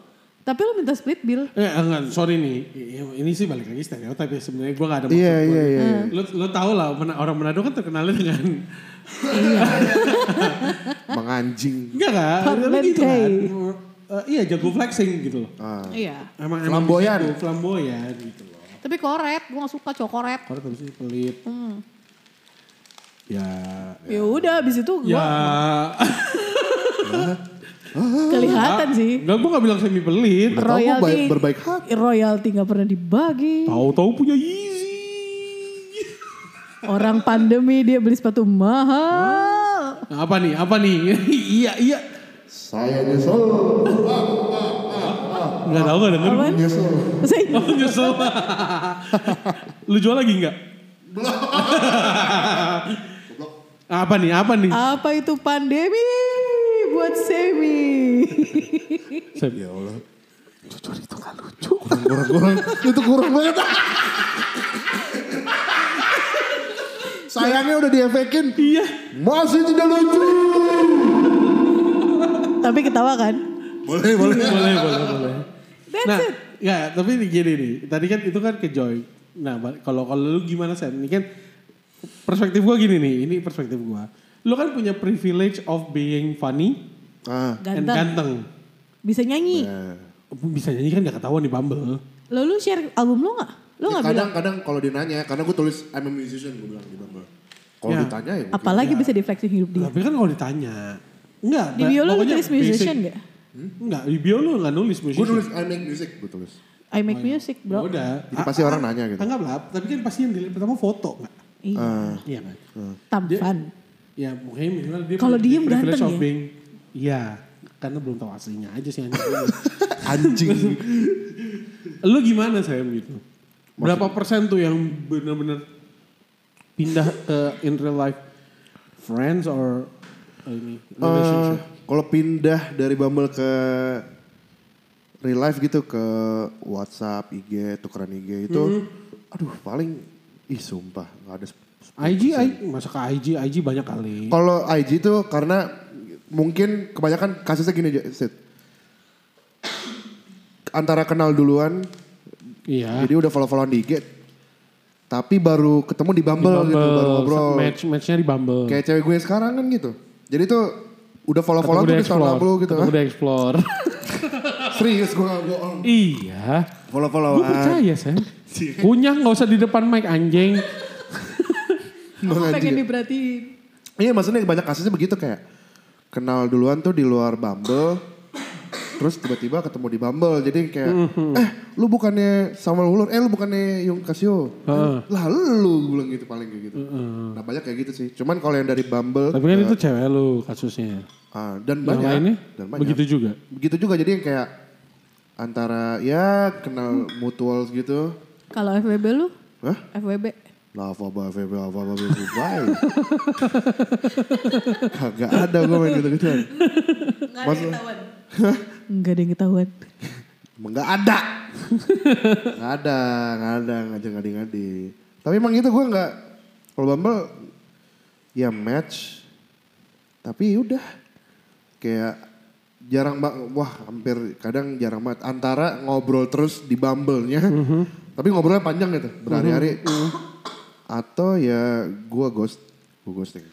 Speaker 3: Tapi lo minta split bill.
Speaker 2: Eh enggak, sorry nih. Iya, Ini sih balik lagi stereotip ya sebenarnya gue gak ada maksud.
Speaker 1: Iya iya iya. iya.
Speaker 2: Lu, lu tau lah Mena- orang Manado kan terkenalnya dengan
Speaker 1: Menganjing.
Speaker 2: enggak kan? Tapi
Speaker 3: Parlente.
Speaker 2: gitu kan. Eh, iya jago flexing gitu loh.
Speaker 1: Ah.
Speaker 3: Iya.
Speaker 2: Emang
Speaker 1: Flamboyan.
Speaker 2: emang gitu, flamboyan gitu loh.
Speaker 3: Tapi koret, gue gak suka cokoret.
Speaker 2: Kalau habis itu pelit. Ya
Speaker 3: Ya udah, abis itu gue
Speaker 2: Ya,
Speaker 3: kelihatan sih.
Speaker 2: enggak gue gak bilang semi pelit.
Speaker 1: Udah tau gue Ya,
Speaker 3: Royalty.
Speaker 1: baik- berbaik hati.
Speaker 3: Royalty gak pernah dibagi.
Speaker 2: Tahu-tahu punya Yeezy.
Speaker 3: Orang pandemi dia beli sepatu mahal.
Speaker 2: Nah, apa nih? Apa nih? iya, iya.
Speaker 1: Saya nyesel.
Speaker 2: Enggak tahu enggak denger.
Speaker 3: Apaan?
Speaker 1: Nyesel.
Speaker 3: Saya
Speaker 2: Oh, nyesel. Lu jual lagi enggak? apa nih? Apa nih?
Speaker 3: apa itu pandemi buat semi?
Speaker 2: Saya-
Speaker 1: Allah. Jujur itu gak lucu. Kurang-kurang. itu kurang banget. Sayangnya udah diefekin.
Speaker 2: Iya.
Speaker 1: Masih tidak lucu.
Speaker 3: Tapi ketawa kan?
Speaker 1: Boleh, boleh.
Speaker 2: Boleh, boleh, boleh.
Speaker 3: That's
Speaker 2: nah,
Speaker 3: it.
Speaker 2: ya, tapi gini nih. Tadi kan itu kan ke Joy. Nah, bal- kalau kalau lu gimana Sam? Ini kan perspektif gua gini nih. Ini perspektif gua. Lu kan punya privilege of being funny
Speaker 1: Ah,
Speaker 2: and
Speaker 3: Ganteng.
Speaker 2: ganteng.
Speaker 3: Bisa nyanyi.
Speaker 2: Bisa nyanyi kan gak ketahuan di Bumble.
Speaker 3: Lo lu share album lu gak? Lo
Speaker 1: ya
Speaker 3: gak bilang?
Speaker 1: kadang-kadang kalau dia nanya, karena gue tulis I'm a musician, gue bilang gitu. Bang. Kalau
Speaker 2: Ya.
Speaker 1: ditanya ya mungkin.
Speaker 3: Apalagi bisa defleksi hidup dia.
Speaker 2: Tapi kan kalau ditanya. Enggak.
Speaker 3: Di
Speaker 2: ba-
Speaker 3: bio lu
Speaker 2: pokoknya
Speaker 3: tulis musician
Speaker 2: basic- Hmm?
Speaker 3: gak?
Speaker 2: Enggak, di bio lu gak nulis
Speaker 1: Gue
Speaker 2: musician.
Speaker 1: tulis I make music, gue tulis.
Speaker 3: I make music
Speaker 2: Ya
Speaker 3: bro.
Speaker 2: udah.
Speaker 1: Jadi
Speaker 2: A-
Speaker 1: pasti orang nanya gitu.
Speaker 2: Anggaplah, tapi kan pasti yang dilihat pertama foto enggak?
Speaker 1: Ah.
Speaker 3: Iya.
Speaker 2: Iya kan?
Speaker 3: Tampan.
Speaker 2: Ya mungkin minimal dia
Speaker 3: Kalau
Speaker 2: punya
Speaker 3: diem
Speaker 2: privilege
Speaker 3: ganteng
Speaker 2: of
Speaker 3: ya?
Speaker 2: being- Iya, karena belum tahu aslinya aja sih anjing.
Speaker 1: Anjing.
Speaker 2: lu gimana Sam gitu? Berapa persen tuh yang benar-benar pindah ke in real life friends or uh, ini
Speaker 1: Eh,
Speaker 2: relationship?
Speaker 1: kalau pindah dari Bumble ke real life gitu ke WhatsApp, IG, tukeran IG itu, aduh paling ih sumpah nggak ada. sep- sep-
Speaker 2: IG, I- masa ke IG, IG banyak kali.
Speaker 1: Kalau IG tuh karena mungkin kebanyakan kasusnya gini aja, Sid. Antara kenal duluan,
Speaker 2: Iya.
Speaker 1: jadi udah follow-followan di IG, tapi baru ketemu di Bumble, gitu, baru ngobrol.
Speaker 2: match matchnya di Bumble.
Speaker 1: Kayak cewek gue sekarang kan gitu. Jadi tuh udah follow-followan tuh di tahun lalu gitu.
Speaker 2: Ketemu
Speaker 1: Hah?
Speaker 2: di explore.
Speaker 1: Serius gue gak bohong.
Speaker 2: iya. Gue
Speaker 1: Follow-followan.
Speaker 2: percaya Sam. Kunyah nggak usah di depan mic anjing.
Speaker 1: Bang Haji
Speaker 3: Pengen
Speaker 1: ya?
Speaker 3: diperhatiin.
Speaker 1: Iya maksudnya banyak kasusnya begitu kayak kenal duluan tuh di luar Bumble, terus tiba-tiba ketemu di Bumble, jadi kayak
Speaker 2: Mhm.
Speaker 1: eh lu bukannya Samuel Wulur, eh lu bukannya Yung Kasio, lah lu bilang gitu paling kayak gitu. Nah banyak kayak gitu sih. Cuman kalau yang dari Bumble
Speaker 2: Tapi kan itu cewek lu kasusnya.
Speaker 1: ah, dan
Speaker 2: Yang
Speaker 1: banyak,
Speaker 2: lainnya
Speaker 1: dan banyak.
Speaker 2: begitu juga.
Speaker 1: Begitu juga jadi yang kayak antara ya kenal mutual gitu,
Speaker 3: Kalau FWB lu?
Speaker 1: Hah?
Speaker 3: FWB.
Speaker 1: Lava apa FB apa apa Dubai. Kagak ada gue main gitu-gituan.
Speaker 3: Gak ada yang ketahuan. Gak ada yang ketahuan.
Speaker 1: Emang Nggak ada. nggak ada, nggak ada, ngajak ngadi-ngadi. Tapi emang gitu gue nggak, kalau Bumble ya match, tapi ya udah kayak jarang banget, wah hampir kadang jarang banget antara ngobrol terus di Bumble-nya, tapi ngobrolnya panjang gitu berhari-hari, atau ya gue ghost, gue ghosting.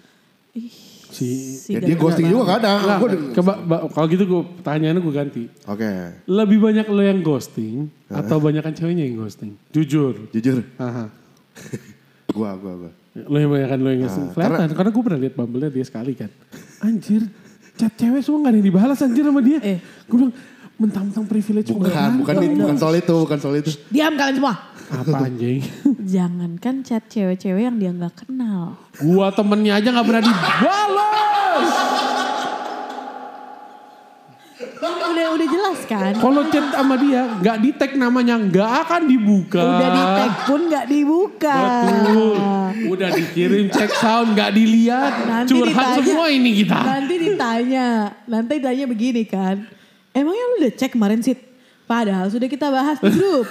Speaker 2: Si
Speaker 3: Si
Speaker 1: ya dia
Speaker 3: Gatot.
Speaker 1: ghosting juga kadang. Gua udah-
Speaker 2: coba ba- kalau gitu gue pertanyaannya gue ganti.
Speaker 1: Oke,
Speaker 2: Lebih banyak lo yang ghosting atau banyakan ceweknya yang ghosting? Jujur.
Speaker 1: jujur,
Speaker 2: Aha.
Speaker 1: gue gue gue.
Speaker 2: Lo yang banyakan lo
Speaker 1: Ah,
Speaker 2: yang ghosting. Kelihatan karena, gue pernah lihat bumble dia sekali kan. Anjir, chat cewek semua gak ada yang dibalas anjir sama dia.
Speaker 3: Eh.
Speaker 2: Gue bilang mentang-mentang privilege
Speaker 1: Bukan,
Speaker 2: gua.
Speaker 1: bukan, bukan soal itu, bukan soal itu.
Speaker 3: Diam kalian semua.
Speaker 2: Apa anjing?
Speaker 3: Jangankan chat cewek-cewek yang dia nggak kenal.
Speaker 2: Gua temennya aja nggak pernah dibalas.
Speaker 3: Udah udah jelas kan?
Speaker 2: Kalau chat sama dia nggak di tag namanya nggak akan dibuka.
Speaker 3: Udah di tag pun nggak dibuka.
Speaker 2: Betul. Udah dikirim cek sound nggak dilihat.
Speaker 3: Nanti
Speaker 2: Curhat
Speaker 3: ditanya,
Speaker 2: semua ini kita.
Speaker 3: Nanti ditanya, nanti ditanya begini kan. Emangnya lu udah cek kemarin sih? Padahal sudah kita bahas di grup.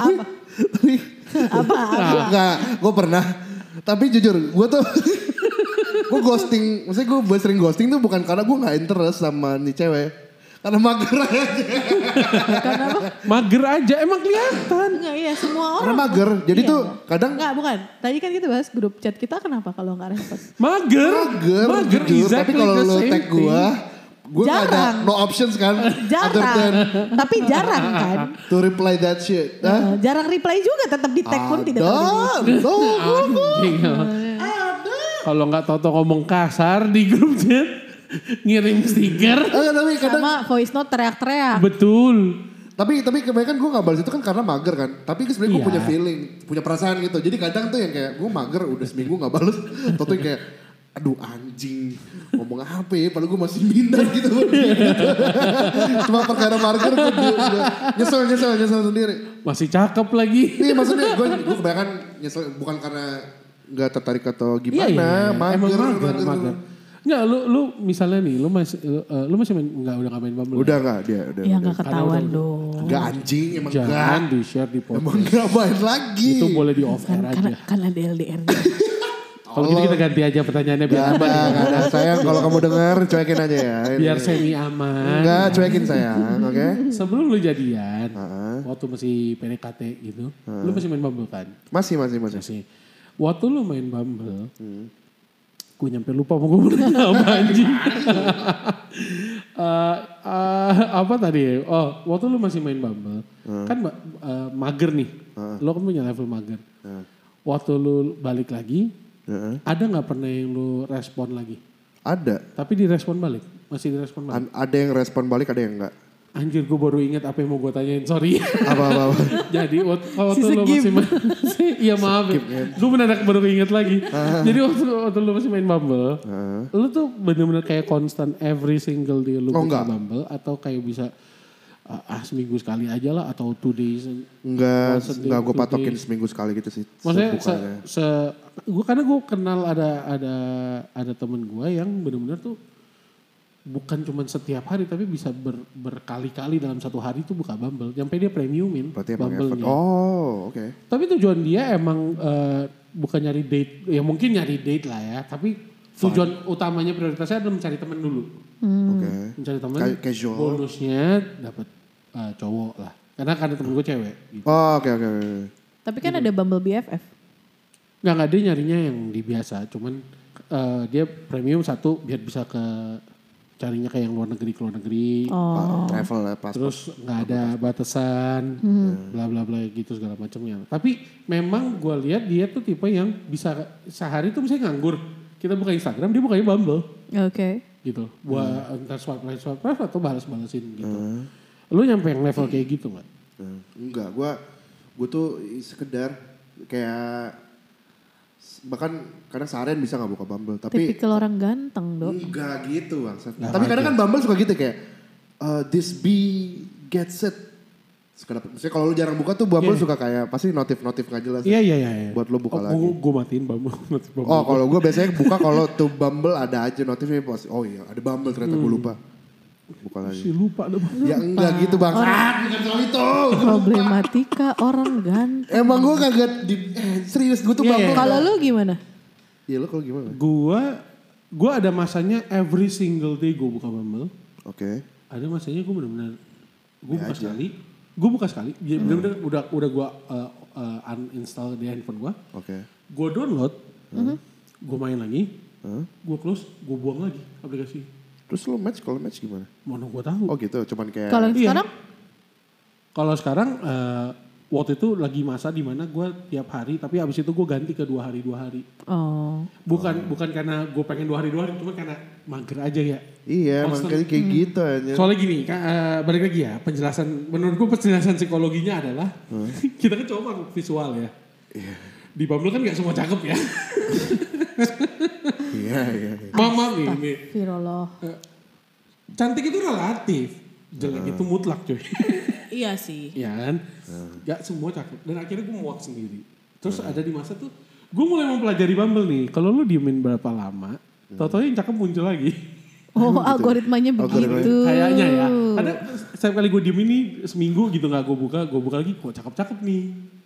Speaker 3: apa? apa? apa?
Speaker 1: Enggak, gue pernah. Tapi jujur, gue tuh gue ghosting. Maksudnya gue sering ghosting tuh bukan karena gue nggak interest sama nih cewek. Karena mager aja.
Speaker 3: Kenapa?
Speaker 2: Mager aja emang kelihatan.
Speaker 3: Enggak, iya semua
Speaker 1: Karena
Speaker 3: orang.
Speaker 1: mager. Jadi
Speaker 3: Iya.
Speaker 1: tuh kadang
Speaker 3: Enggak, bukan. Tadi kan kita bahas grup chat kita kenapa kalau nggak respon.
Speaker 2: Mager.
Speaker 1: mager, jujur. Tapi
Speaker 2: exactly
Speaker 1: kalau
Speaker 2: the
Speaker 1: lo
Speaker 2: same
Speaker 1: tag gue,
Speaker 2: thing.
Speaker 1: gue nggak ada
Speaker 3: Jarang.
Speaker 1: no options kan. Other than
Speaker 3: Jarang. Tapi jarang kan.
Speaker 1: to reply that shit. Hah?
Speaker 3: Eh, Jarang reply juga tetap di tag pun tidak
Speaker 1: Ada.
Speaker 3: terjadi.
Speaker 1: No, gua-
Speaker 2: Anjing. Kalau nggak Toto ngomong kasar di grup chat, ngirim stiker.
Speaker 1: Eh, tapi kadang
Speaker 3: Sama voice note teriak-teriak.
Speaker 2: Betul.
Speaker 1: tapi tapi kebanyakan gue nggak balas itu kan karena mager kan tapi sebenarnya gue
Speaker 2: Iya.
Speaker 1: punya feeling punya perasaan gitu jadi kadang tuh yang kayak gue mager udah seminggu nggak balas tau tuh yang kayak aduh anjing ngomong apa ya padahal gue masih minder gitu cuma perkara mager gue nyesel nyesel nyesel sendiri
Speaker 2: Masih cakep lagi.
Speaker 1: Iya maksudnya gue gue kebanyakan nyesel bukan karena nggak tertarik atau gimana, mager,
Speaker 2: Iya,
Speaker 1: gitu.
Speaker 2: Emang mager,
Speaker 1: mager.
Speaker 2: mager. Nggak, lu, lu misalnya nih, lu masih, lu, eh, lu masih main, nggak udah nggak main Bumble?
Speaker 1: Udah nggak dia, udah.
Speaker 2: Iya,
Speaker 3: Ya
Speaker 1: udah.
Speaker 3: nggak ketahuan dong.
Speaker 1: Nggak anjing, emang
Speaker 2: Jangan
Speaker 1: nggak,
Speaker 2: di share di podcast.
Speaker 1: emang iya. nggak main lagi.
Speaker 2: Itu boleh di off air
Speaker 3: Kan,
Speaker 2: aja.
Speaker 3: karena, karena ada LDR.
Speaker 2: Kalau gitu kita ganti aja pertanyaannya biar
Speaker 1: Gak ada,
Speaker 2: aman.
Speaker 1: gak ada. Sayang kalau kamu dengar cuekin aja ya. Ini.
Speaker 2: Iya. Biar semi aman.
Speaker 1: Enggak, cuekin sayang, oke?
Speaker 2: Sebelum lu jadian, waktu masih PDKT gitu, lu masih main Bumble kan?
Speaker 1: Masih, masih, masih.
Speaker 2: Masih. Waktu lu main Bumble, gue nyampe lupa mau gue nama anjing. Eh, eh, apa tadi ya? Oh, waktu lu masih main Bumble, kan ma- eh, mager nih. Lu kan punya level mager. Waktu lu balik lagi,
Speaker 1: Heeh.
Speaker 2: ada nggak pernah yang lu respon lagi?
Speaker 1: Ada.
Speaker 2: Tapi direspon balik, masih direspon balik.
Speaker 1: An- ada yang respon balik, ada yang enggak.
Speaker 2: Anjir gue baru ingat apa yang mau gue tanyain, sorry.
Speaker 1: Apa, apa, apa.
Speaker 2: Jadi waktu, waktu
Speaker 3: Si
Speaker 2: lu
Speaker 3: Segim.
Speaker 2: masih main, Si- iya maaf,
Speaker 1: ya.
Speaker 2: gue mendadak baru inget lagi.
Speaker 1: Ah.
Speaker 2: Jadi waktu, waktu lu masih main Bumble, lu tuh bener-bener kayak constant every single day lu
Speaker 1: Oh,
Speaker 2: buka
Speaker 1: enggak.
Speaker 2: Bumble atau kayak bisa ah, ah seminggu sekali aja lah atau two days.
Speaker 1: Enggak,
Speaker 2: Maksudnya
Speaker 1: enggak gue
Speaker 2: itu
Speaker 1: patokin seminggu sekali gitu sih.
Speaker 2: Maksudnya se,
Speaker 1: sebukanya.
Speaker 2: se gua, karena gue kenal ada ada ada temen gue yang bener-bener tuh bukan cuma setiap hari tapi bisa ber- berkali-kali dalam satu hari tuh buka Bumble. Sampai dia premiumin
Speaker 1: Berarti emang effort.
Speaker 2: Bumble-nya.
Speaker 1: Oh, oke.
Speaker 2: Tapi tujuan dia emang eh, bukan nyari date, ya mungkin nyari date lah ya. Tapi tujuan utamanya prioritasnya adalah mencari teman dulu,
Speaker 1: Oke.
Speaker 2: mencari teman.
Speaker 1: Kayak casual.
Speaker 2: Bonusnya dapat eh, cowok lah. Karena karena temen gue cewek. Gitu.
Speaker 1: Oh, oke, oke. oke.
Speaker 3: Tapi kan ada Bumble BFF.
Speaker 2: Nggak nggak dia nyarinya yang di biasa, cuman eh, dia premium satu biar bisa ke carinya kayak yang luar negeri ke luar
Speaker 3: Oh,
Speaker 2: negeri.
Speaker 1: Pa- Travel lah, pas.
Speaker 2: terus nggak ada batasan bla bla bla gitu segala macamnya tapi memang gua lihat dia tuh tipe yang bisa sehari tuh misalnya nganggur kita buka Instagram dia bukanya Bumble
Speaker 3: Oke.
Speaker 2: gitu buat
Speaker 1: Hmm.
Speaker 2: entar swipe right swipe right atau balas balasin gitu lu nyampe yang level kayak gitu nggak
Speaker 1: Hmm, Enggak, gue gue tuh sekedar kayak bahkan kadang seharian bisa nggak buka Bumble tapi
Speaker 3: Tipikal orang ganteng dong.
Speaker 1: Enggak gitu bang. Tapi kadang kan Bumble suka gitu kayak eh, this bee gets it. Sekedar, misalnya kalau lu jarang buka tuh Bumble suka kayak pasti notif-notif gak jelas.
Speaker 2: iya iya iya iya.
Speaker 1: Buat lu buka
Speaker 2: Oh,
Speaker 1: lagi.
Speaker 2: gua, gua matiin Bumble matiin Bumble.
Speaker 1: Oh kalau gue biasanya buka kalau tuh Bumble ada aja notifnya pasti. Oh iya ada Bumble ternyata gue lupa. Buka lagi.
Speaker 2: si Hmm. lupa lu
Speaker 1: Ya enggak gitu bang. Ah, bukan soal itu.
Speaker 3: Problematika orang ganteng.
Speaker 1: Emang gue kagak di eh, serius gue tuh
Speaker 2: Iya,
Speaker 1: Bumble.
Speaker 3: Kalau lu gimana?
Speaker 1: Iya lo kalau gimana?
Speaker 2: gua gua ada masanya every single day gua buka Bumble
Speaker 1: Oke.
Speaker 2: ada masanya gue benar-benar gue buka sekali gue buka sekali ya benar-benar udah udah gue uh, uh, uninstall di handphone gue
Speaker 1: Oke.
Speaker 2: gue download gue main lagi gue close gue buang lagi aplikasi
Speaker 1: Terus lo match kalau match gimana?
Speaker 2: mana gue tahu
Speaker 1: Oh gitu cuman kayak
Speaker 3: Kalau yang
Speaker 2: Iya.
Speaker 3: sekarang?
Speaker 2: kalau sekarang eh, waktu itu lagi masa di mana gue tiap hari tapi abis itu gue ganti ke dua hari dua hari
Speaker 3: Oh.
Speaker 2: bukan bukan karena gue pengen dua hari dua hari cuma karena mager aja ya
Speaker 1: Iya,
Speaker 2: Maksud-
Speaker 1: makanya kayak gitu aja.
Speaker 2: soalnya gini Kak, eh, balik lagi ya penjelasan menurut gue penjelasan psikologinya adalah kita kan cowok kan visual ya di Bumble kan nggak semua cakep ya
Speaker 1: Iya, iya. iya.
Speaker 2: mama ini
Speaker 3: Astagfirullah.
Speaker 2: cantik itu relatif jelek itu mutlak cuy
Speaker 3: Iya sih.
Speaker 2: ya kan nggak semua cakep dan akhirnya gue muak sendiri terus ada di masa tuh gue mulai mempelajari Bumble nih kalau lu diemin berapa lama tau yang cakep muncul lagi
Speaker 3: Oh, algoritmanya
Speaker 1: Algoritmanya.
Speaker 3: begitu.
Speaker 2: kayaknya ya karena setiap kali gue diem ini seminggu gitu nggak gue buka gue buka lagi kok cakep cakep nih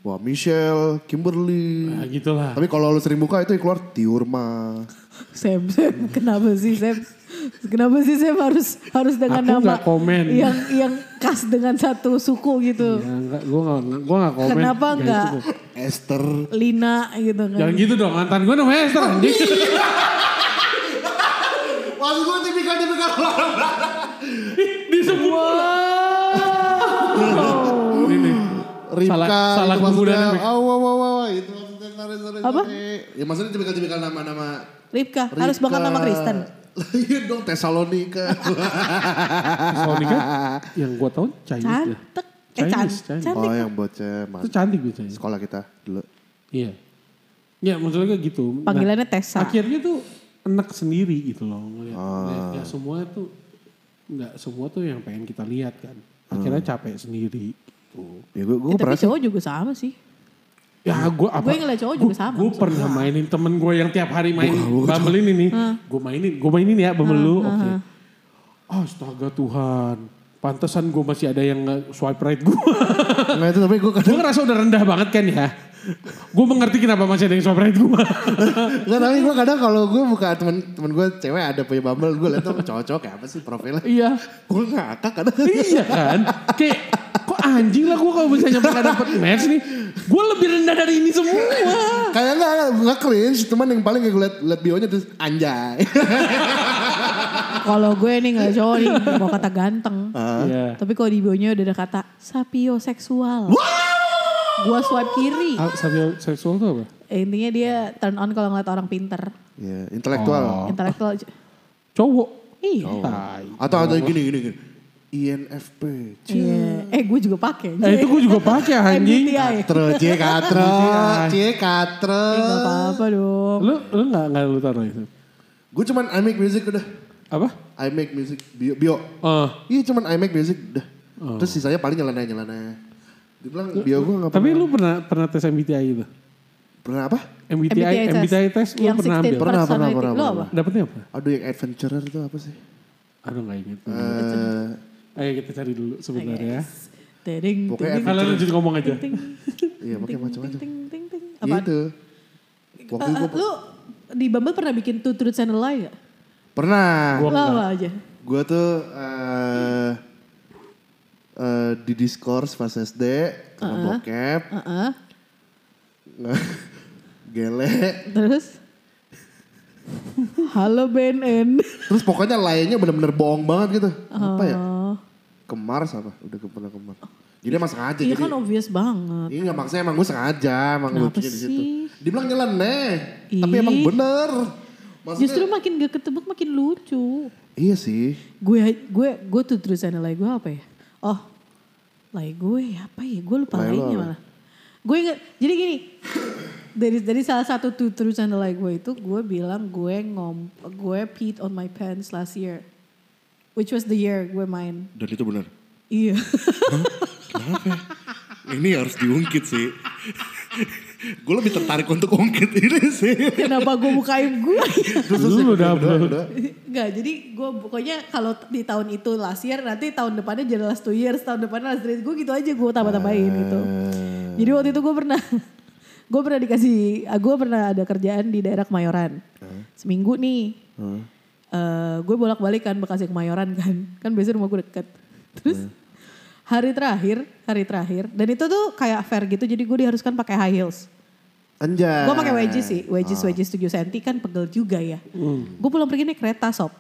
Speaker 1: Wah, Michelle, Kimberly.
Speaker 2: nah, gitulah
Speaker 1: Tapi kalau lu sering buka itu yang keluar Tiurma.
Speaker 3: Sam, Sam, kenapa sih Sam? Kenapa sih Sam harus harus dengan
Speaker 2: Aku
Speaker 3: nama
Speaker 2: nggak komen.
Speaker 3: yang yang khas dengan satu suku gitu?
Speaker 2: ya, enggak, gue gak, gue gak komen
Speaker 3: Kenapa
Speaker 2: Nggak
Speaker 3: nggak
Speaker 2: itu, kok.
Speaker 1: Esther.
Speaker 3: Lina gitu kan?
Speaker 2: jangan gitu dong mantan gue namanya Esther
Speaker 3: Oh,
Speaker 2: anjing
Speaker 3: iya.
Speaker 1: Maksud gue tipikal-tipikal
Speaker 2: disebut
Speaker 3: Oh.
Speaker 2: ini nih.
Speaker 1: Ripka.
Speaker 2: salah, salah
Speaker 1: itu
Speaker 2: penggunaan
Speaker 1: maksudnya.
Speaker 2: nama.
Speaker 1: Oh, wow, wow, wow, wow. Itu maksudnya. Sorry, sorry,
Speaker 3: Apa?
Speaker 1: sorry. Ya maksudnya tipikal-tipikal nama-nama.
Speaker 3: Ripka, harus bakal nama
Speaker 1: Ripka.
Speaker 3: Kristen.
Speaker 1: Iya dong, Tesalonika.
Speaker 2: Sony kan yang gue tau Chinese dia.
Speaker 3: Cantik, eh can-
Speaker 2: Chinese, Chinese.
Speaker 3: cantik.
Speaker 1: oh, yang bocah.
Speaker 2: Itu
Speaker 1: Mas.
Speaker 2: cantik biasanya.
Speaker 1: Sekolah kita dulu.
Speaker 2: Iya. Ya maksudnya kayak gitu. Nah,
Speaker 3: Panggilannya Tessa.
Speaker 2: akhirnya tuh enak sendiri gitu loh. Ngeliat,
Speaker 1: Ah.
Speaker 2: ngeliat. Nggak semua tuh, nggak semua tuh yang pengen kita lihat kan. Akhirnya
Speaker 1: Hmm.
Speaker 2: capek sendiri. Gitu.
Speaker 1: Ya gue, gue
Speaker 3: Eh, tapi
Speaker 1: pernah sih.
Speaker 3: cowok juga sama sih.
Speaker 2: Ya gue apa?
Speaker 3: Gue ngeliat cowok juga sama.
Speaker 2: Gue pernah mainin temen gue yang tiap hari main Bumble ini nih. Gue mainin, gue mainin ya Bumble lu. Oke. Astaga Tuhan. Pantesan gue masih ada yang nge- swipe right gue.
Speaker 1: Nah itu tapi gue kadang.
Speaker 2: gue ngerasa udah rendah banget kan ya. Gue mengerti kenapa masih ada yang swipe right gue.
Speaker 1: Enggak tapi gue kadang kalau gue buka temen-temen gue cewek ada punya bumble. Gue liat tuh cowok-cowok kayak apa sih profilnya.
Speaker 2: iya.
Speaker 1: Gue ngakak kadang.
Speaker 2: Iya kan. Kayak kok anjing lah gue kalau misalnya pernah dapet match nih. Gue lebih rendah dari ini semua.
Speaker 1: Kayak enggak, enggak, enggak cringe, cuman yang paling kayak gue liat, liat bio-nya terus anjay.
Speaker 3: Kalau gue nih ngeliat cowok nih mau kata ganteng.
Speaker 2: Iya.
Speaker 3: Tapi kalau di bio-nya udah ada kata sapioseksual. Gue swipe kiri.
Speaker 2: Ah, Sambil seksual tuh apa?
Speaker 3: Eh, Intinya dia turn on kalau ngeliat orang pinter.
Speaker 1: Iya, intelektual.
Speaker 3: Intelektual.
Speaker 2: Cowok.
Speaker 3: Iya.
Speaker 2: Tai.
Speaker 1: Atau atau gini gini gini. INFP.
Speaker 3: Iya. Eh gue juga pakai.
Speaker 2: Eh itu gue juga pakai anjing.
Speaker 3: MBTI.
Speaker 1: Katro, C katro, C katro.
Speaker 3: Eh, gak apa-apa dong.
Speaker 2: Lu lu nggak nggak lu taruh itu.
Speaker 1: Gue cuman I make music udah.
Speaker 2: Apa?
Speaker 1: I make music bio. bio.
Speaker 2: Eh,
Speaker 1: Iya cuman I make music udah. Terus sisanya paling nyeleneh nyeleneh. Dia bilang bio gue nggak
Speaker 2: tapi lu pernah pernah tes MBTI itu?
Speaker 1: pernah apa?
Speaker 2: MBTI
Speaker 3: test.
Speaker 2: MBTI tes lu
Speaker 3: Yang
Speaker 2: pernah
Speaker 3: 16
Speaker 2: ambil?
Speaker 1: Pernah, pernah,
Speaker 3: personality.
Speaker 1: pernah,
Speaker 3: Lu
Speaker 1: pernah.
Speaker 3: apa?
Speaker 2: Dapetnya apa?
Speaker 1: Aduh yang adventurer itu apa sih?
Speaker 2: Aduh nggak inget.
Speaker 1: Eh,
Speaker 2: Ayo kita cari dulu sebentar ya.
Speaker 3: Teding,
Speaker 1: Pokoknya
Speaker 3: ting,
Speaker 2: Kalian lanjut ngomong aja.
Speaker 3: ting, ting,
Speaker 1: iya pakai macam-macam.
Speaker 3: ting, ting, ting. Apaan?
Speaker 1: Gitu.
Speaker 3: Eh,
Speaker 1: Waktu
Speaker 3: eh,
Speaker 1: itu
Speaker 3: lu di Bumble pernah bikin two truths and a lie gak?
Speaker 1: pernah.
Speaker 3: Lu apa aja?
Speaker 1: Gue tuh eh eh, di discourse pas SD karena bokep,
Speaker 3: Heeh.
Speaker 1: gele,
Speaker 3: Terus? Halo BNN.
Speaker 1: terus pokoknya lainnya bener-bener bohong banget gitu. Apa ya?
Speaker 3: Oh.
Speaker 1: Kemar apa? Udah ke- pernah kemar. Jadi emang sengaja
Speaker 3: Iya
Speaker 1: jadi.
Speaker 3: kan obvious banget.
Speaker 1: Iya nggak maksudnya emang gue sengaja emang
Speaker 3: Kenapa
Speaker 1: lucunya di situ.
Speaker 3: sih?
Speaker 1: Dibilang nyeleneh, tapi
Speaker 3: Ih.
Speaker 1: emang bener. Maksudnya
Speaker 3: Justru makin gak ketebak makin lucu.
Speaker 1: iya sih.
Speaker 3: Gue gue gue tuh terus ada lay gue apa ya? Oh, lay gue apa ya? Gue lupa
Speaker 1: Lay lo
Speaker 3: lainnya
Speaker 1: apa?
Speaker 3: malah. Gue inget, jadi gini. dari dari salah satu tuh terus ada lay gue itu gue bilang gue ngom gue peed on my pants last year. Which was the year gue main.
Speaker 1: Dan itu bener.
Speaker 3: Iya.
Speaker 1: Ini harus diungkit sih. gue lebih tertarik untuk ungkit ini sih.
Speaker 3: Kenapa gue buka aib gue?
Speaker 2: Lu udah upload.
Speaker 3: Enggak, jadi gue pokoknya kalau t- di tahun itu last year, nanti tahun depannya jadi last two years, tahun depannya last three, gue gitu aja gue tambah-tambahin gitu. Jadi waktu itu gue pernah, gue pernah dikasih, gue pernah ada kerjaan di daerah Kemayoran. Seminggu nih, Eh, gue bolak-balik kan Bekasi Kemayoran kan, kan biasanya rumah gue deket. Terus hari terakhir, hari terakhir, dan itu tuh kayak fair gitu, jadi gue diharuskan pakai high heels.
Speaker 1: Anjay.
Speaker 3: Gue pakai wedges sih, wedges wedges 7 cm kan pegel juga ya. Gue pulang pergi naik kereta sob.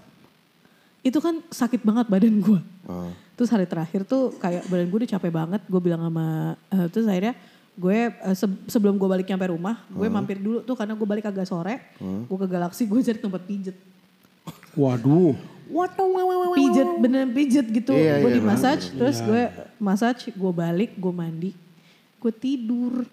Speaker 3: itu kan sakit banget badan gue.
Speaker 1: Ah.
Speaker 3: Terus hari terakhir tuh kayak badan gue udah capek banget. Gue bilang sama eh, terus akhirnya gue eh, se- sebelum gue balik nyampe rumah, gue mampir dulu tuh karena gue balik agak sore. Gue ke Galaxy, gue cari tempat pijet.
Speaker 2: Waduh.
Speaker 3: Pijet beneran pijet gitu.
Speaker 1: Iya,
Speaker 3: gue
Speaker 1: iya,
Speaker 3: di massage, terus gue massage, gue balik, gue mandi, gue tidur.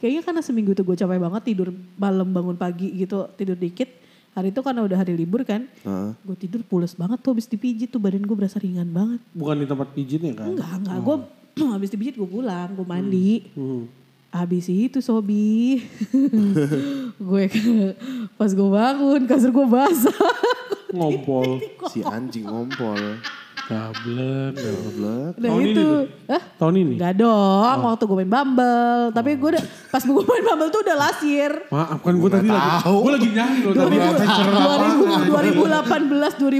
Speaker 3: Kayaknya karena seminggu itu gue capek banget tidur malam bangun pagi gitu tidur dikit. Hari itu karena udah hari libur kan,
Speaker 1: Ah.
Speaker 3: gue tidur pules banget tuh habis dipijit tuh badan gue berasa ringan banget.
Speaker 2: Bukan di tempat pijitnya kan?
Speaker 3: Enggak, enggak. Gue habis dipijit gue pulang, gue mandi.
Speaker 2: Hmm.
Speaker 3: Habis itu Sobi. gue ke- pas gue bangun kasur gue basah.
Speaker 2: Ngompol.
Speaker 1: Si anjing ngompol.
Speaker 2: Gablek.
Speaker 1: Goblek.
Speaker 3: Nah
Speaker 2: Tahun ini
Speaker 3: itu.
Speaker 2: tuh?
Speaker 3: Hah?
Speaker 2: Tahun ini?
Speaker 3: Enggak dong,
Speaker 2: Oh.
Speaker 3: waktu gue main Bumble. Tapi gue udah, pas gue main Bumble tuh udah last year.
Speaker 2: Maaf kan gue tadi lagi.
Speaker 1: tahu.
Speaker 2: Gue lagi nyari loh tadi.
Speaker 3: 2000,
Speaker 1: voucher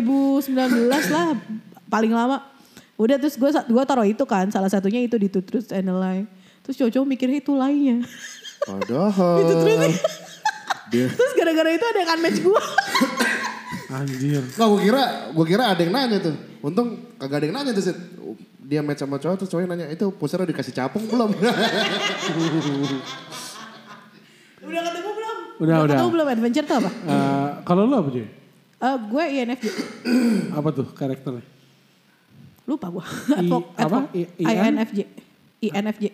Speaker 3: 2018, 2019 lah paling lama. Udah terus gue gua taruh itu kan, salah satunya itu di Two Truths and a Lie. Terus cowok-cowok mikirnya itu lainnya.
Speaker 2: Oh.
Speaker 1: Padahal.
Speaker 3: Itu terus.
Speaker 1: Dia.
Speaker 3: Terus gara-gara itu ada yang unmatch gue.
Speaker 2: Anjir.
Speaker 1: Nggak, gue kira, gue kira ada yang nanya tuh. Untung kagak ada yang nanya tuh, Sid. Dia match sama cowok, terus cowoknya nanya, itu pusarnya dikasih capung belum?
Speaker 3: Udah ketemu belum?
Speaker 2: Udah, udah.
Speaker 3: ketemu belum adventure tuh apa?
Speaker 2: Eh, Kalau lu apa Joy?
Speaker 3: Eh, gue INFJ.
Speaker 2: Apa tuh karakternya?
Speaker 3: Lupa gue.
Speaker 2: I-
Speaker 3: Advok,
Speaker 2: apa?
Speaker 3: advok.
Speaker 2: I- IN?
Speaker 3: INFJ. INFJ.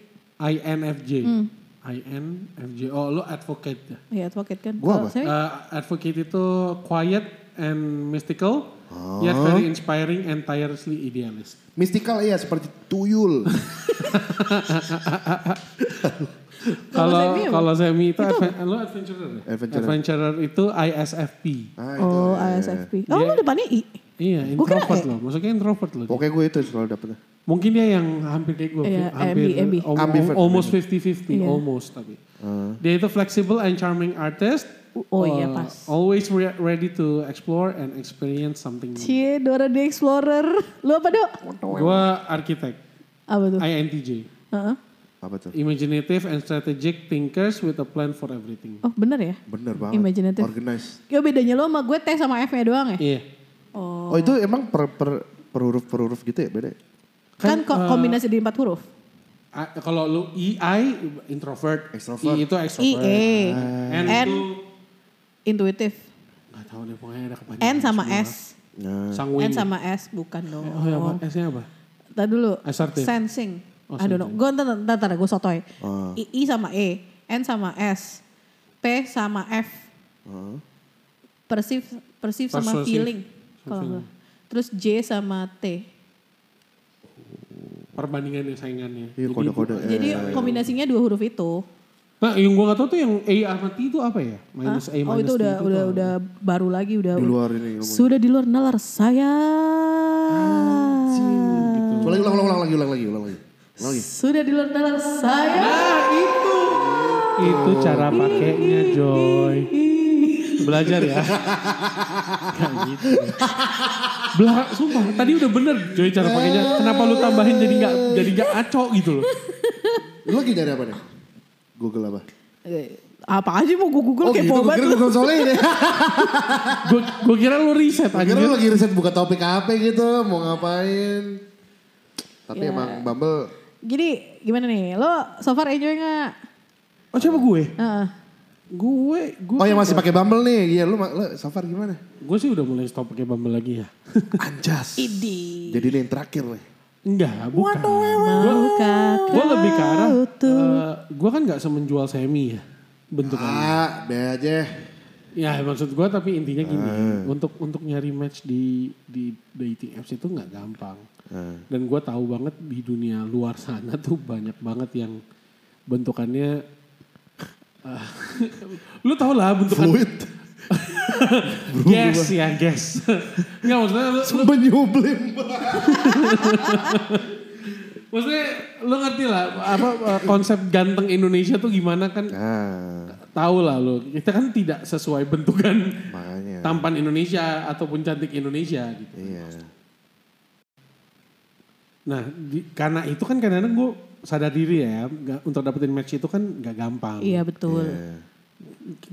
Speaker 2: INFJ.
Speaker 3: Hmm.
Speaker 2: INFJ. Oh lu advocate ya?
Speaker 3: Iya advocate kan.
Speaker 1: Gua
Speaker 3: Kalau
Speaker 1: apa?
Speaker 3: saya-
Speaker 2: Eh, advocate itu quiet and mystical, yet very
Speaker 1: Ah.
Speaker 2: inspiring and tirelessly idealist.
Speaker 1: Mystical iya, seperti tuyul.
Speaker 3: Kalau
Speaker 2: Kalau
Speaker 3: Semi apa?
Speaker 2: kalau semi itu, adven- lu adventurer ya?
Speaker 1: Adventurer.
Speaker 2: Adventurer itu ISFP.
Speaker 1: Nah, itu.
Speaker 3: oh ISFP. Oh lu depannya I.
Speaker 2: Iya,
Speaker 3: Gua kira
Speaker 2: introvert
Speaker 3: E.
Speaker 2: loh. Maksudnya introvert loh.
Speaker 1: Pokoknya gue itu selalu dapetnya.
Speaker 2: Mungkin dia yang hampir kayak gue.
Speaker 3: Iya,
Speaker 2: hampir
Speaker 3: MB.
Speaker 2: om- om-
Speaker 1: Ambivert. Ah.
Speaker 2: almost 50-50,
Speaker 3: Iya.
Speaker 2: almost tapi. Dia itu flexible and charming artist.
Speaker 3: Oh, iya,
Speaker 2: Uh,
Speaker 3: pas.
Speaker 2: Always re- ready to explore and experience something new.
Speaker 3: Cie Dora the Explorer. Lu apa dok?
Speaker 2: Gue arsitek,
Speaker 3: Apa tuh?
Speaker 2: INTJ.
Speaker 3: Heeh.
Speaker 1: Apa tuh?
Speaker 2: Imaginative and strategic thinkers with a plan for everything.
Speaker 3: Oh bener ya?
Speaker 1: Bener banget.
Speaker 3: Imaginative.
Speaker 1: Organized.
Speaker 3: Ya bedanya lo sama gue T sama F-nya doang ya?
Speaker 2: Iya.
Speaker 1: Oh.
Speaker 3: Oh.
Speaker 1: itu emang per, per, per huruf per huruf gitu ya beda ya?
Speaker 3: Kan, kok kombinasi di empat huruf.
Speaker 2: A- Kalau lu EI introvert,
Speaker 1: Extrovert.
Speaker 2: I itu
Speaker 3: I,
Speaker 2: extrovert.
Speaker 3: E.
Speaker 2: N,
Speaker 3: N.
Speaker 2: itu
Speaker 3: Intuitif.
Speaker 2: nggak tahu deh pokoknya ada kepanjangan.
Speaker 3: N sama S.
Speaker 1: Nah,
Speaker 2: Sangwing.
Speaker 3: N sama S bukan dong.
Speaker 2: Oh, ya, apa? S-nya apa?
Speaker 3: Tadi dulu.
Speaker 2: Assertive.
Speaker 3: Sensing. I don't know. Gue ntar, ntar, ntar gue sotoy.
Speaker 1: Ah.
Speaker 3: I, I sama E. N sama S. T sama F.
Speaker 1: Heeh.
Speaker 3: Persif, persif sama
Speaker 2: Persuasif.
Speaker 3: feeling. Kalau nggak. Terus J sama T.
Speaker 2: Perbandingannya saingannya.
Speaker 1: Iya,
Speaker 2: Jadi
Speaker 1: kode-kode,
Speaker 2: bukan-
Speaker 3: Jadi kombinasinya dua huruf itu.
Speaker 2: Nah, yang gua nggak tahu tuh yang E sama T itu apa ya? Minus A
Speaker 3: Hah? oh
Speaker 2: minus
Speaker 3: itu
Speaker 2: T
Speaker 3: udah
Speaker 2: itu
Speaker 3: udah
Speaker 2: apa?
Speaker 3: udah baru lagi udah
Speaker 1: eh, di luar iya, ini. ilmu.
Speaker 3: sudah di luar nalar saya.
Speaker 2: Ah,
Speaker 1: Coba lagi, ulang, ulang, ulang lagi, ulang lagi, ulang lagi. Ulang lagi.
Speaker 3: Sudah di luar nalar saya.
Speaker 2: Nah, itu. Itu cara pakainya, Joy. Belajar ya. Gak gitu. Belah, sumpah, tadi udah bener Joy cara pakainya. Kenapa lu tambahin jadi gak, jadi gak aco gitu loh.
Speaker 1: Lu lagi nyari apa nih? Google apa?
Speaker 3: Eh, Apa aja mau gue google
Speaker 1: Oh
Speaker 3: kayak
Speaker 1: gitu,
Speaker 3: bobat
Speaker 1: gue kira
Speaker 3: lu.
Speaker 1: Google soalnya ini.
Speaker 2: Gue gua kira lu riset
Speaker 1: Gue kira lu
Speaker 2: aja.
Speaker 1: lagi riset buka topik apa gitu, mau ngapain. Tapi
Speaker 2: Ya.
Speaker 1: emang Bumble
Speaker 3: Jadi gimana nih? Lo so far enjoy gak?
Speaker 2: Oh siapa gue?
Speaker 3: Heeh.
Speaker 2: Gue, gue,
Speaker 1: Oh yang masih pakai Bumble nih, iya lu, ma- lu Safar gimana?
Speaker 2: gue sih udah mulai stop pakai Bumble lagi ya.
Speaker 1: Anjas.
Speaker 3: Idi.
Speaker 1: Jadi ini yang terakhir nih.
Speaker 2: Enggak, bukan.
Speaker 3: Maukah
Speaker 2: Gue lebih ke arah,
Speaker 3: kau tuh?
Speaker 2: eh, gue kan gak semenjual semi ya bentukannya.
Speaker 1: Ah, be aja.
Speaker 2: Ya maksud gua tapi intinya gini,
Speaker 1: Eh.
Speaker 2: untuk untuk nyari match di di dating apps itu nggak gampang.
Speaker 1: Eh.
Speaker 2: Dan gua tahu banget di dunia luar sana tuh banyak banget yang bentukannya, eh, lu tau lah bentukan.
Speaker 1: Fluid.
Speaker 2: Yes ya guess. Nggak maksudnya lu, lu-
Speaker 1: Menyublim.
Speaker 2: maksudnya lu ngerti lah apa eh, konsep ganteng Indonesia tuh gimana kan?
Speaker 1: Ah,
Speaker 2: Tahu lah lu, kita kan tidak sesuai bentukan
Speaker 1: makanya.
Speaker 2: tampan Indonesia ataupun cantik Indonesia gitu.
Speaker 1: Iya.
Speaker 2: Nah, di- karena itu kan kadang-kadang gue sadar diri ya, nggak- untuk dapetin match itu kan nggak gampang.
Speaker 3: Iya betul.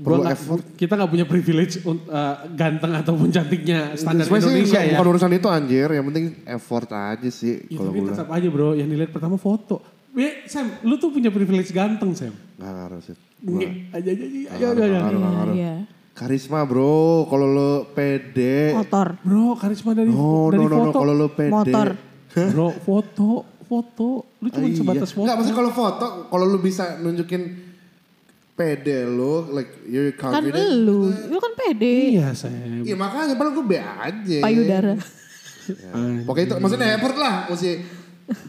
Speaker 2: Gua
Speaker 1: Perlu
Speaker 2: nggak-
Speaker 1: effort.
Speaker 2: kita nggak punya privilege un- eh, ganteng ataupun cantiknya standar
Speaker 1: Sebenarnya sih
Speaker 2: Indonesia
Speaker 1: nggak-
Speaker 2: ya.
Speaker 1: Bukan urusan itu anjir, yang penting effort aja sih
Speaker 2: Ya,
Speaker 1: kalau
Speaker 2: tapi
Speaker 1: gue.
Speaker 2: tetap aja bro, yang dilihat pertama foto. Be, Sam, lu tuh punya privilege ganteng, Sam.
Speaker 1: Gak ngaruh sih.
Speaker 2: Nggak, aja aja aja aja,
Speaker 1: Ngaruh,
Speaker 2: aja.
Speaker 1: ngaruh,
Speaker 3: Iya,
Speaker 1: ngaruh.
Speaker 3: iya.
Speaker 1: Karisma bro, kalau lo pede.
Speaker 3: Kotor.
Speaker 2: Bro, karisma dari
Speaker 1: No,
Speaker 2: dari
Speaker 1: no, no, no.
Speaker 2: foto.
Speaker 1: kalau lo Eh, pede.
Speaker 3: Motor.
Speaker 2: Iya. Bro, foto, foto. Lu cuma
Speaker 1: Iya.
Speaker 2: sebatas foto.
Speaker 1: Enggak, maksudnya kalau foto, kalau lu bisa nunjukin pede lo, like you're
Speaker 3: Kan
Speaker 1: confident.
Speaker 3: lu, lu kan pede.
Speaker 2: Iya, Sam.
Speaker 1: Iya makanya, padahal gue be aja.
Speaker 3: Payudara.
Speaker 1: Ya, Pokoknya itu, maksudnya effort lah. Mesti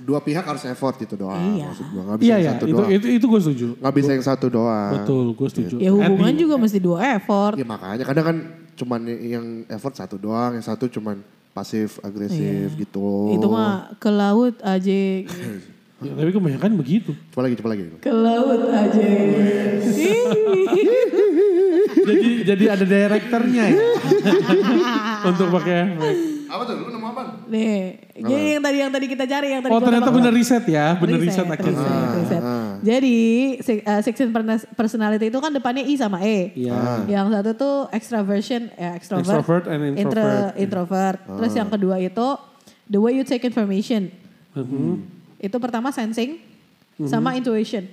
Speaker 1: dua pihak harus effort itu doang.
Speaker 3: Iya.
Speaker 1: Maksud gue, gak bisa
Speaker 2: Iya,
Speaker 1: yang
Speaker 2: iya.
Speaker 1: satu
Speaker 2: Itu,
Speaker 1: doang. Ah, iya.
Speaker 2: itu, itu gue setuju.
Speaker 1: Gak bisa yang satu doang.
Speaker 2: Betul, gue setuju.
Speaker 3: Ya
Speaker 2: At
Speaker 3: hubungan
Speaker 2: the-
Speaker 3: juga mesti dua effort.
Speaker 1: Iya makanya, kadang kan cuman yang effort satu doang, yang satu cuman pasif agresif gitu.
Speaker 3: Iya. Itu mah ke laut aja.
Speaker 2: Ya, tapi kebanyakan begitu.
Speaker 1: Coba lagi, coba lagi.
Speaker 3: ke laut aja.
Speaker 2: jadi jadi ada direkturnya ya. Untuk pakai Oh, efek.
Speaker 1: Apa tuh? Lu nemu apa?
Speaker 3: Nih, jadi yang tadi yang tadi kita cari yang tadi.
Speaker 2: Oh
Speaker 3: gua
Speaker 2: ternyata
Speaker 3: tebak.
Speaker 2: bener riset ya, bener riset,
Speaker 3: Riset,
Speaker 2: akhirnya.
Speaker 3: riset, riset. Jadi se- eh, section pernas- personality itu kan depannya I sama E.
Speaker 2: Iya.
Speaker 3: Yang satu tuh extraversion, eh, extrovert,
Speaker 2: Extrovert and introvert.
Speaker 3: intra- introvert. Terus yang kedua itu the way you take information.
Speaker 2: Ah. Mhm,
Speaker 3: Itu pertama sensing
Speaker 2: Mm-hmm.
Speaker 3: sama intuition.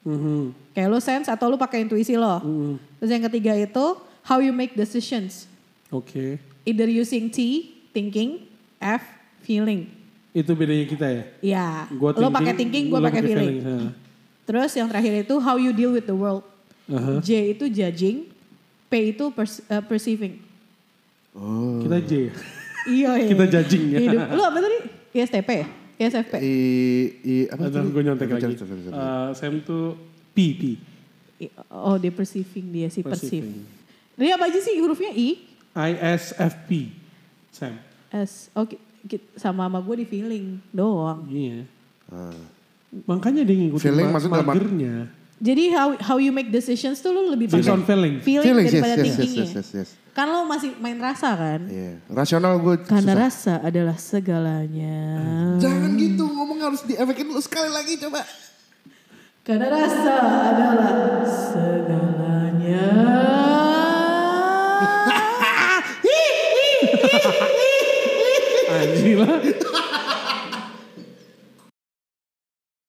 Speaker 2: Mhm.
Speaker 3: Kayak lu sense atau lu pakai intuisi lo.
Speaker 2: Mm-hmm.
Speaker 3: Terus yang ketiga itu how you make decisions.
Speaker 2: Oke.
Speaker 3: Either using T, thinking, F, feeling.
Speaker 2: Itu bedanya kita ya.
Speaker 3: Ya,
Speaker 2: Gua Nah,
Speaker 3: lo pakai thinking, gue
Speaker 2: lu
Speaker 3: pakai feeling.
Speaker 2: feeling. iya.
Speaker 3: Terus yang terakhir itu how you deal with the world.
Speaker 2: Aha.
Speaker 3: J itu judging, P itu perce- eh, perceiving.
Speaker 1: Oh.
Speaker 2: Kita J. ya?
Speaker 3: Iya, iya.
Speaker 2: Kita judging ya.
Speaker 3: Hidup. Lu apa tadi? ISTP ya? ISFP?
Speaker 1: I, i, apa
Speaker 2: Ntar
Speaker 1: tadi?
Speaker 2: gue nyontek
Speaker 1: Coba,
Speaker 2: lagi.
Speaker 1: coba, coba, coba.
Speaker 2: Eh, Sam tuh P, P.
Speaker 3: I- Oh, dia perceiving dia sih, perceive.
Speaker 2: Perceiving.
Speaker 3: Dia apa aja sih hurufnya I?
Speaker 2: I S F P. Sam.
Speaker 3: S. Oke, ki- sama sama gue di feeling doang.
Speaker 2: Iya.
Speaker 1: Ah.
Speaker 2: Makanya dia ngikutin
Speaker 1: Feeling
Speaker 2: ma-
Speaker 1: maksudnya dalam-
Speaker 2: magernya.
Speaker 3: Jadi how how you make decisions tuh lu lebih
Speaker 2: Based on
Speaker 3: pakai
Speaker 2: feeling.
Speaker 3: feeling
Speaker 1: Feelings, yes,
Speaker 3: daripada
Speaker 1: yes, yes,
Speaker 3: thinking
Speaker 1: yes,
Speaker 3: ya.
Speaker 1: yes, yes.
Speaker 3: Kan lo masih main rasa kan?
Speaker 1: Iya. Rasional gue
Speaker 3: Karena
Speaker 1: susah.
Speaker 3: rasa adalah segalanya.
Speaker 1: Jangan gitu, ngomong harus diefekin lu sekali lagi coba.
Speaker 3: Karena rasa adalah segalanya.
Speaker 2: Anjir lah.